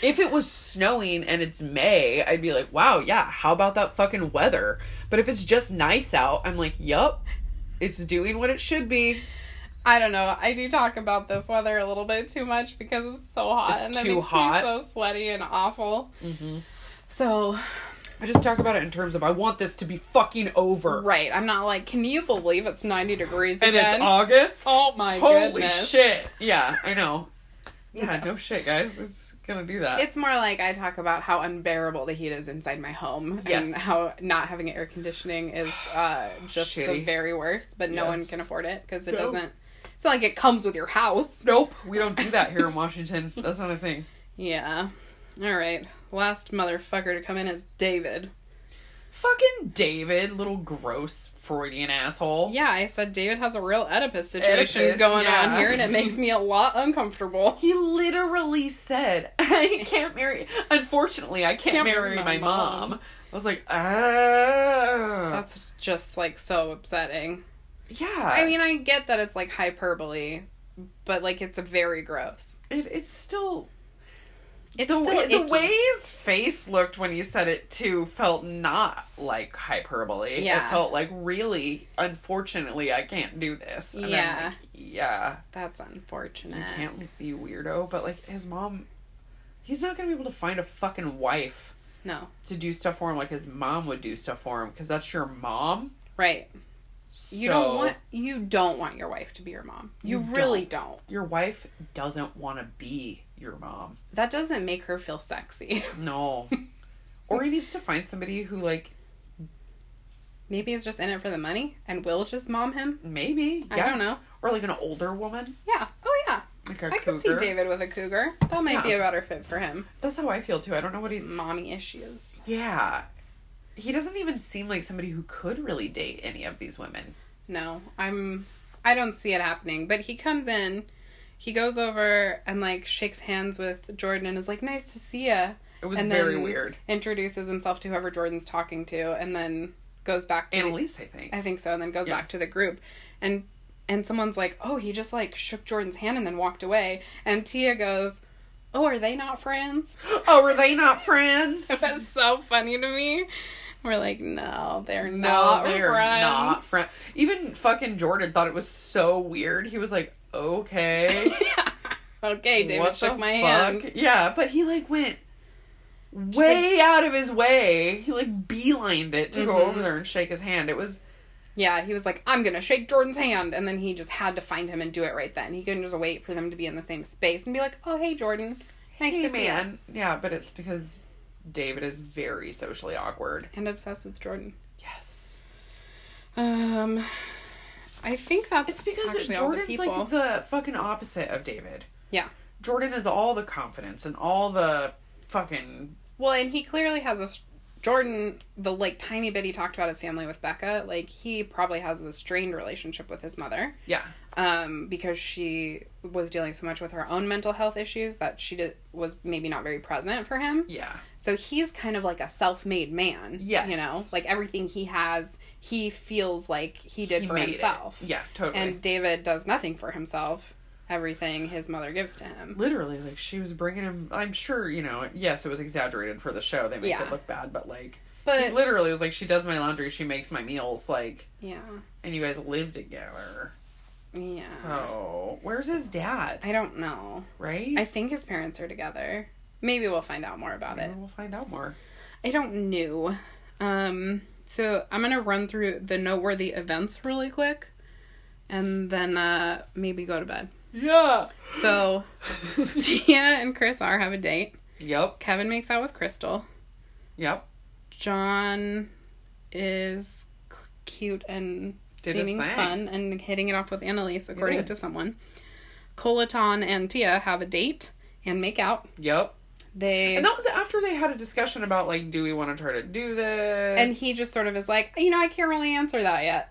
Speaker 2: If it was snowing and it's May, I'd be like, wow, yeah, how about that fucking weather? But if it's just nice out, I'm like, yup, it's doing what it should be.
Speaker 3: I don't know. I do talk about this weather a little bit too much because it's so hot
Speaker 2: It's
Speaker 3: and it
Speaker 2: too
Speaker 3: makes
Speaker 2: hot. Mm-hmm.
Speaker 3: me so sweaty and awful. So
Speaker 2: I just talk about it in terms of I want this to be fucking over.
Speaker 3: right, I'm not like, can you believe it's 90 degrees
Speaker 2: And
Speaker 3: again?
Speaker 2: it's August.
Speaker 3: oh my
Speaker 2: Holy
Speaker 3: goodness.
Speaker 2: shit. Yeah, I know. Yeah, no shit, guys. It's gonna do that.
Speaker 3: It's more like I talk about how unbearable the heat is inside my home and
Speaker 2: Yes.
Speaker 3: how not having air conditioning is uh, just the
Speaker 2: Shitty.
Speaker 3: very worst, but no one
Speaker 2: Yes.
Speaker 3: can afford it because it
Speaker 2: No.
Speaker 3: doesn't. It's not like it comes with your house.
Speaker 2: nope, we don't do that here in Washington. That's not a thing.
Speaker 3: Yeah. All right. Last motherfucker to come in is David.
Speaker 2: Fucking David, little gross Freudian asshole.
Speaker 3: Yeah, I said David has a real Oedipus situation
Speaker 2: Oedipus,
Speaker 3: going on
Speaker 2: yeah.
Speaker 3: here, and it makes me a lot uncomfortable.
Speaker 2: He literally said, I can't marry unfortunately I can't,
Speaker 3: Can't
Speaker 2: marry my, mom.
Speaker 3: mom.
Speaker 2: I was like, ah
Speaker 3: That's just like so upsetting.
Speaker 2: yeah.
Speaker 3: I mean, I get that it's like hyperbole, but like it's very gross.
Speaker 2: it, it's still
Speaker 3: It's
Speaker 2: the
Speaker 3: still
Speaker 2: way, the
Speaker 3: icky.
Speaker 2: way his face looked when he said it too felt not like hyperbole.
Speaker 3: Yeah.
Speaker 2: It felt like really, unfortunately, I can't do this. And I'm
Speaker 3: Yeah.
Speaker 2: like, yeah,
Speaker 3: That's
Speaker 2: you
Speaker 3: unfortunate.
Speaker 2: can't you weirdo. But like his mom, he's not gonna be able to find a fucking wife
Speaker 3: No.
Speaker 2: to do stuff for him like his mom would do stuff for him because that's your mom.
Speaker 3: Right.
Speaker 2: So
Speaker 3: You don't want you don't want your wife to be your mom. You, really don't.
Speaker 2: your wife doesn't want to be your mom.
Speaker 3: That doesn't make her feel sexy.
Speaker 2: No. or he needs to find somebody who like
Speaker 3: Maybe he's just in it for the money and will just mom him.
Speaker 2: maybe
Speaker 3: I don't know.
Speaker 2: or like an older woman,
Speaker 3: Yeah. Oh yeah.
Speaker 2: like a
Speaker 3: I
Speaker 2: cougar.
Speaker 3: could see David with a cougar. That might be a
Speaker 2: Yeah.
Speaker 3: better fit for him.
Speaker 2: That's how I feel too. I don't know what he's.
Speaker 3: Mommy issues.
Speaker 2: Yeah, he doesn't even seem like somebody who could really date any of these women.
Speaker 3: No, I'm I don't see it happening. But he comes in, he goes over and like shakes hands with Jordan and is like, "Nice to see ya."
Speaker 2: It was
Speaker 3: and
Speaker 2: very
Speaker 3: then
Speaker 2: weird.
Speaker 3: Introduces himself to whoever Jordan's talking to, and then goes back to the-
Speaker 2: Annalise, I think.
Speaker 3: I think so, and then goes
Speaker 2: Yeah.
Speaker 3: back to the group. And and someone's like, "Oh, he just like shook Jordan's hand and then walked away." And Tia goes, "Oh, are they not friends?"
Speaker 2: Oh, were they not friends?
Speaker 3: It was so funny to me. We're like, "No, they're
Speaker 2: No,
Speaker 3: not
Speaker 2: they're
Speaker 3: friends."
Speaker 2: not friends. Even fucking Jordan thought it was so weird. He was like, okay.
Speaker 3: okay, David
Speaker 2: what
Speaker 3: shook
Speaker 2: the
Speaker 3: my
Speaker 2: fuck?
Speaker 3: hand.
Speaker 2: Yeah, but he like went way out of his way. He like beelined it to go
Speaker 3: Mm-hmm.
Speaker 2: over there and shake his hand. It was
Speaker 3: Yeah, he was like, "I'm gonna shake Jordan's hand," and then he just had to find him and do it right then. He couldn't just wait for them to be in the same space and be like, "Oh, hey, Jordan, nice
Speaker 2: hey
Speaker 3: to see you,"
Speaker 2: man. Yeah, but it's because David is very socially awkward.
Speaker 3: and obsessed with Jordan.
Speaker 2: Yes.
Speaker 3: Um, I think that's
Speaker 2: It's because
Speaker 3: actually all the
Speaker 2: Jordan's like the fucking opposite of David.
Speaker 3: yeah.
Speaker 2: Jordan is all the confidence and all the fucking
Speaker 3: Well, and he clearly has a s- Jordan. The like tiny bit he talked about his family with Becca, like he probably has a strained relationship with his mother,
Speaker 2: yeah.
Speaker 3: um, because she was dealing so much with her own mental health issues that she did was maybe not very present for him.
Speaker 2: Yeah.
Speaker 3: So he's kind of like a self-made man.
Speaker 2: Yes.
Speaker 3: you know, like everything he has, he feels like he did
Speaker 2: He
Speaker 3: for
Speaker 2: made it.
Speaker 3: himself.
Speaker 2: Yeah, totally.
Speaker 3: and David does nothing for himself. Everything his mother gives to him.
Speaker 2: literally like she was bringing him i'm sure you know yes it was exaggerated for the show they make
Speaker 3: Yeah.
Speaker 2: it look bad but like he
Speaker 3: But
Speaker 2: literally was like she does my laundry she makes my meals like
Speaker 3: yeah,
Speaker 2: and you guys live together
Speaker 3: yeah.
Speaker 2: so where's his dad
Speaker 3: I don't know.
Speaker 2: right
Speaker 3: I think his parents are together. Maybe we'll find out more about it.
Speaker 2: Maybe we'll find out more
Speaker 3: I don't know. Um, so I'm gonna run through the noteworthy events really quick, and then uh, maybe go to bed.
Speaker 2: yeah
Speaker 3: So Tia and Chris R have a date.
Speaker 2: yep
Speaker 3: Kevin makes out with Crystal.
Speaker 2: yep
Speaker 3: John is c- cute and
Speaker 2: Did his
Speaker 3: seeming
Speaker 2: thing.
Speaker 3: fun and hitting it off with Annalise, according
Speaker 2: did.
Speaker 3: to someone. Colaton and Tia have a date and make out.
Speaker 2: yep
Speaker 3: They
Speaker 2: and that was after they had a discussion about like do we want to try to do this
Speaker 3: And he just sort of is like, you know, I can't really answer that yet.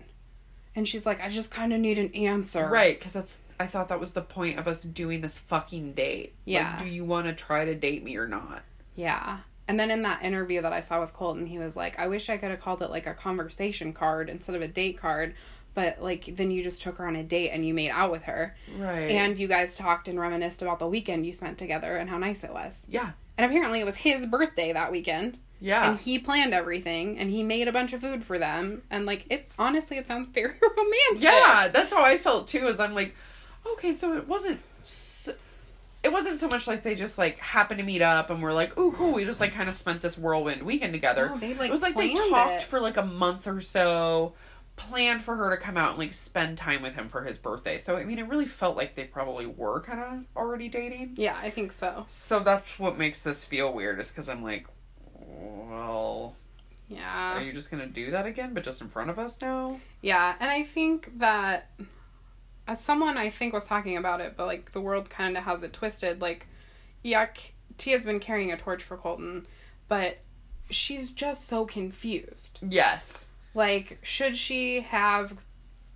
Speaker 3: And she's like, I just kind of need an answer.
Speaker 2: right because that's i thought that was the point of us doing this fucking date Like,
Speaker 3: Yeah.
Speaker 2: do you want to try to date me or not
Speaker 3: Yeah. And then in that interview that I saw with Colton, he was like, I wish I could have called it like a conversation card instead of a date card. But like, then you just took her on a date and you made out with her.
Speaker 2: right
Speaker 3: And you guys talked and reminisced about the weekend you spent together and how nice it was.
Speaker 2: yeah
Speaker 3: And apparently it was his birthday that weekend.
Speaker 2: yeah
Speaker 3: And he planned everything and he made a bunch of food for them. And like, it honestly, it sounds very romantic.
Speaker 2: Yeah, that's how I felt too. Is I'm like, okay, so it wasn't, so, it wasn't so much like they just like happened to meet up and we're like, oh cool, we just like kind of spent this whirlwind weekend together.
Speaker 3: No, they, like,
Speaker 2: it was like they
Speaker 3: planned
Speaker 2: talked
Speaker 3: it.
Speaker 2: for like a month or so, planned for her to come out and like spend time with him for his birthday. So I mean, it really felt like they probably were kind of already dating.
Speaker 3: Yeah, I think so.
Speaker 2: So that's what makes this feel weird, is because I'm like, well,
Speaker 3: Yeah.
Speaker 2: are you just gonna do that again, but just in front of us now?
Speaker 3: Yeah, and I think that as someone I think was talking about it, but like the world kind of has it twisted. Like, yuck, Tia's been carrying a torch for Colton, but she's just so confused.
Speaker 2: Yes.
Speaker 3: Like, should she have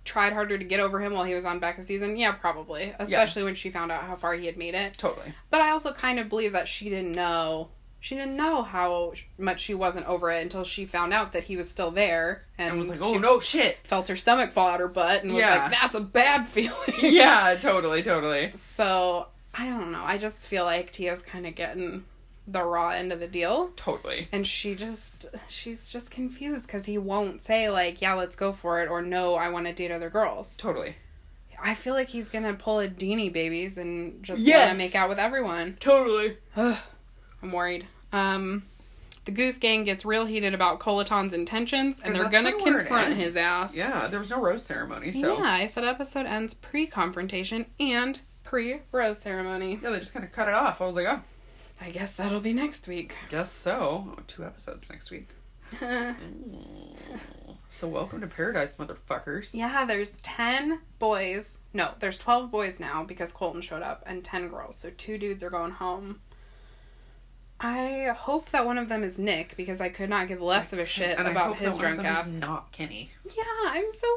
Speaker 3: tried harder to get over him while he was on Becca's season? Yeah, probably, especially when she found out how far he had made it.
Speaker 2: Totally.
Speaker 3: But I also kind of believe that she didn't know. She didn't know how much she wasn't over it until she found out that he was still there, and,
Speaker 2: I was like,
Speaker 3: she
Speaker 2: oh no, shit.
Speaker 3: felt her stomach fall out her butt and was
Speaker 2: Yeah.
Speaker 3: like, that's a bad feeling.
Speaker 2: yeah, totally, totally.
Speaker 3: So I don't know. I just feel like Tia's kind of getting the raw end of the deal.
Speaker 2: Totally.
Speaker 3: And she just, she's just confused because he won't say, like, yeah, let's go for it, or no, I want to date other girls.
Speaker 2: Totally.
Speaker 3: I feel like he's going to pull a Deanie babies and just
Speaker 2: Yes.
Speaker 3: want to make out with everyone.
Speaker 2: Totally.
Speaker 3: Ugh, I'm worried. Um, the Goose Gang gets real heated about Colaton's intentions, and, they're going to confront his ass.
Speaker 2: Yeah, there was no rose ceremony, so.
Speaker 3: Yeah,
Speaker 2: Yeah,
Speaker 3: I said episode ends pre confrontation and pre rose ceremony.
Speaker 2: they just kind of cut it off. I was like, oh,
Speaker 3: I guess that'll be next week.
Speaker 2: guess so. Two episodes next week. So, welcome to paradise, motherfuckers.
Speaker 3: yeah, there's 10 boys. No, there's 12 boys now because Colton showed up and 10 girls. So two dudes are going home. I hope that one of them is Nick because I could not give less of a shit
Speaker 2: And I
Speaker 3: about
Speaker 2: hope that one
Speaker 3: his
Speaker 2: of
Speaker 3: drunk
Speaker 2: them
Speaker 3: ass.
Speaker 2: is not Kenny.
Speaker 3: Yeah, I'm so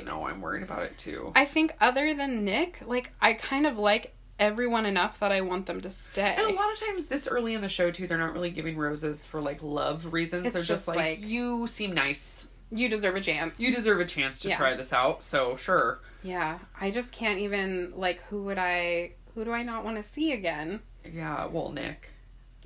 Speaker 2: I know, I'm worried about it too.
Speaker 3: I think other than Nick, like I kind of like everyone enough that I want them to stay.
Speaker 2: And a lot of times, this early in the show, too, they're not really giving roses for like love reasons.
Speaker 3: It's
Speaker 2: they're just,
Speaker 3: just
Speaker 2: like,
Speaker 3: like-
Speaker 2: you seem nice.
Speaker 3: you deserve a chance.
Speaker 2: You deserve a chance to
Speaker 3: Yeah.
Speaker 2: try this out, so sure.
Speaker 3: yeah, I just can't even like who would I who do I not want to see again?
Speaker 2: Yeah, well, Nick,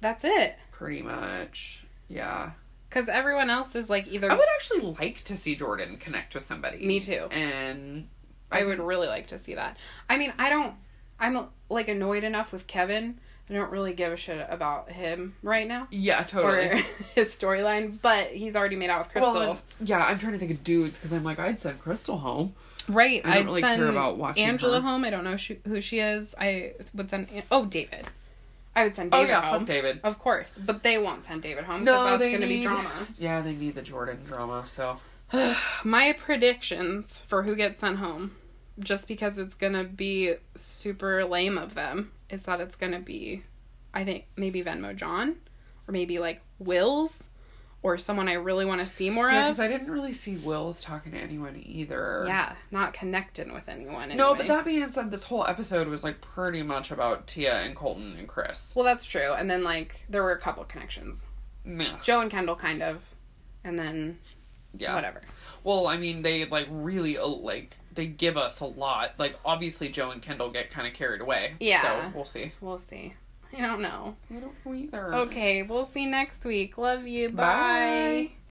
Speaker 3: That's it.
Speaker 2: pretty much. Yeah.
Speaker 3: Cuz everyone else is like either
Speaker 2: I would actually like to see Jordan connect with somebody.
Speaker 3: Me too.
Speaker 2: And
Speaker 3: I would really like to see that. I mean, I don't. I'm like annoyed enough with Kevin. I don't really give a shit about him right now
Speaker 2: Yeah, totally.
Speaker 3: or his storyline. But he's already made out with Crystal,
Speaker 2: well, and- yeah, I'm trying to think of dudes because I'm like, I'd send Crystal home.
Speaker 3: right?
Speaker 2: I don't
Speaker 3: I'd
Speaker 2: really care
Speaker 3: send
Speaker 2: about watching
Speaker 3: Angela
Speaker 2: her.
Speaker 3: home. I don't know she, who she is. I would send. An- Oh, David. I would send
Speaker 2: Oh
Speaker 3: David
Speaker 2: yeah,
Speaker 3: home.
Speaker 2: fuck David.
Speaker 3: Of course, but they won't send David home because
Speaker 2: No,
Speaker 3: that's
Speaker 2: they
Speaker 3: going to be
Speaker 2: need-
Speaker 3: drama.
Speaker 2: Yeah, they need the Jordan drama. So
Speaker 3: My predictions for who gets sent home, just because it's gonna be super lame of them, is that it's gonna be, I think maybe Venmo John, or maybe like Wills, or someone I really want to see more
Speaker 2: yeah,
Speaker 3: of.
Speaker 2: because I didn't really see Will's talking to anyone either.
Speaker 3: yeah, not connecting with anyone. Anyway.
Speaker 2: No, but that being said, this whole episode was like pretty much about Tia and Colton and Chris.
Speaker 3: well, that's true. And then like there were a couple connections,
Speaker 2: Meh.
Speaker 3: Joe and Kendall, kind of, and then
Speaker 2: Yeah.
Speaker 3: whatever.
Speaker 2: Well, I mean, they like really uh, like they give us a lot. Like obviously, Joe and Kendall get kind of carried away.
Speaker 3: Yeah.
Speaker 2: So we'll see.
Speaker 3: We'll see. I don't know. Oh,
Speaker 2: I don't know either.
Speaker 3: Okay, we'll see next week. Love you. Bye.
Speaker 2: Mm. Bye.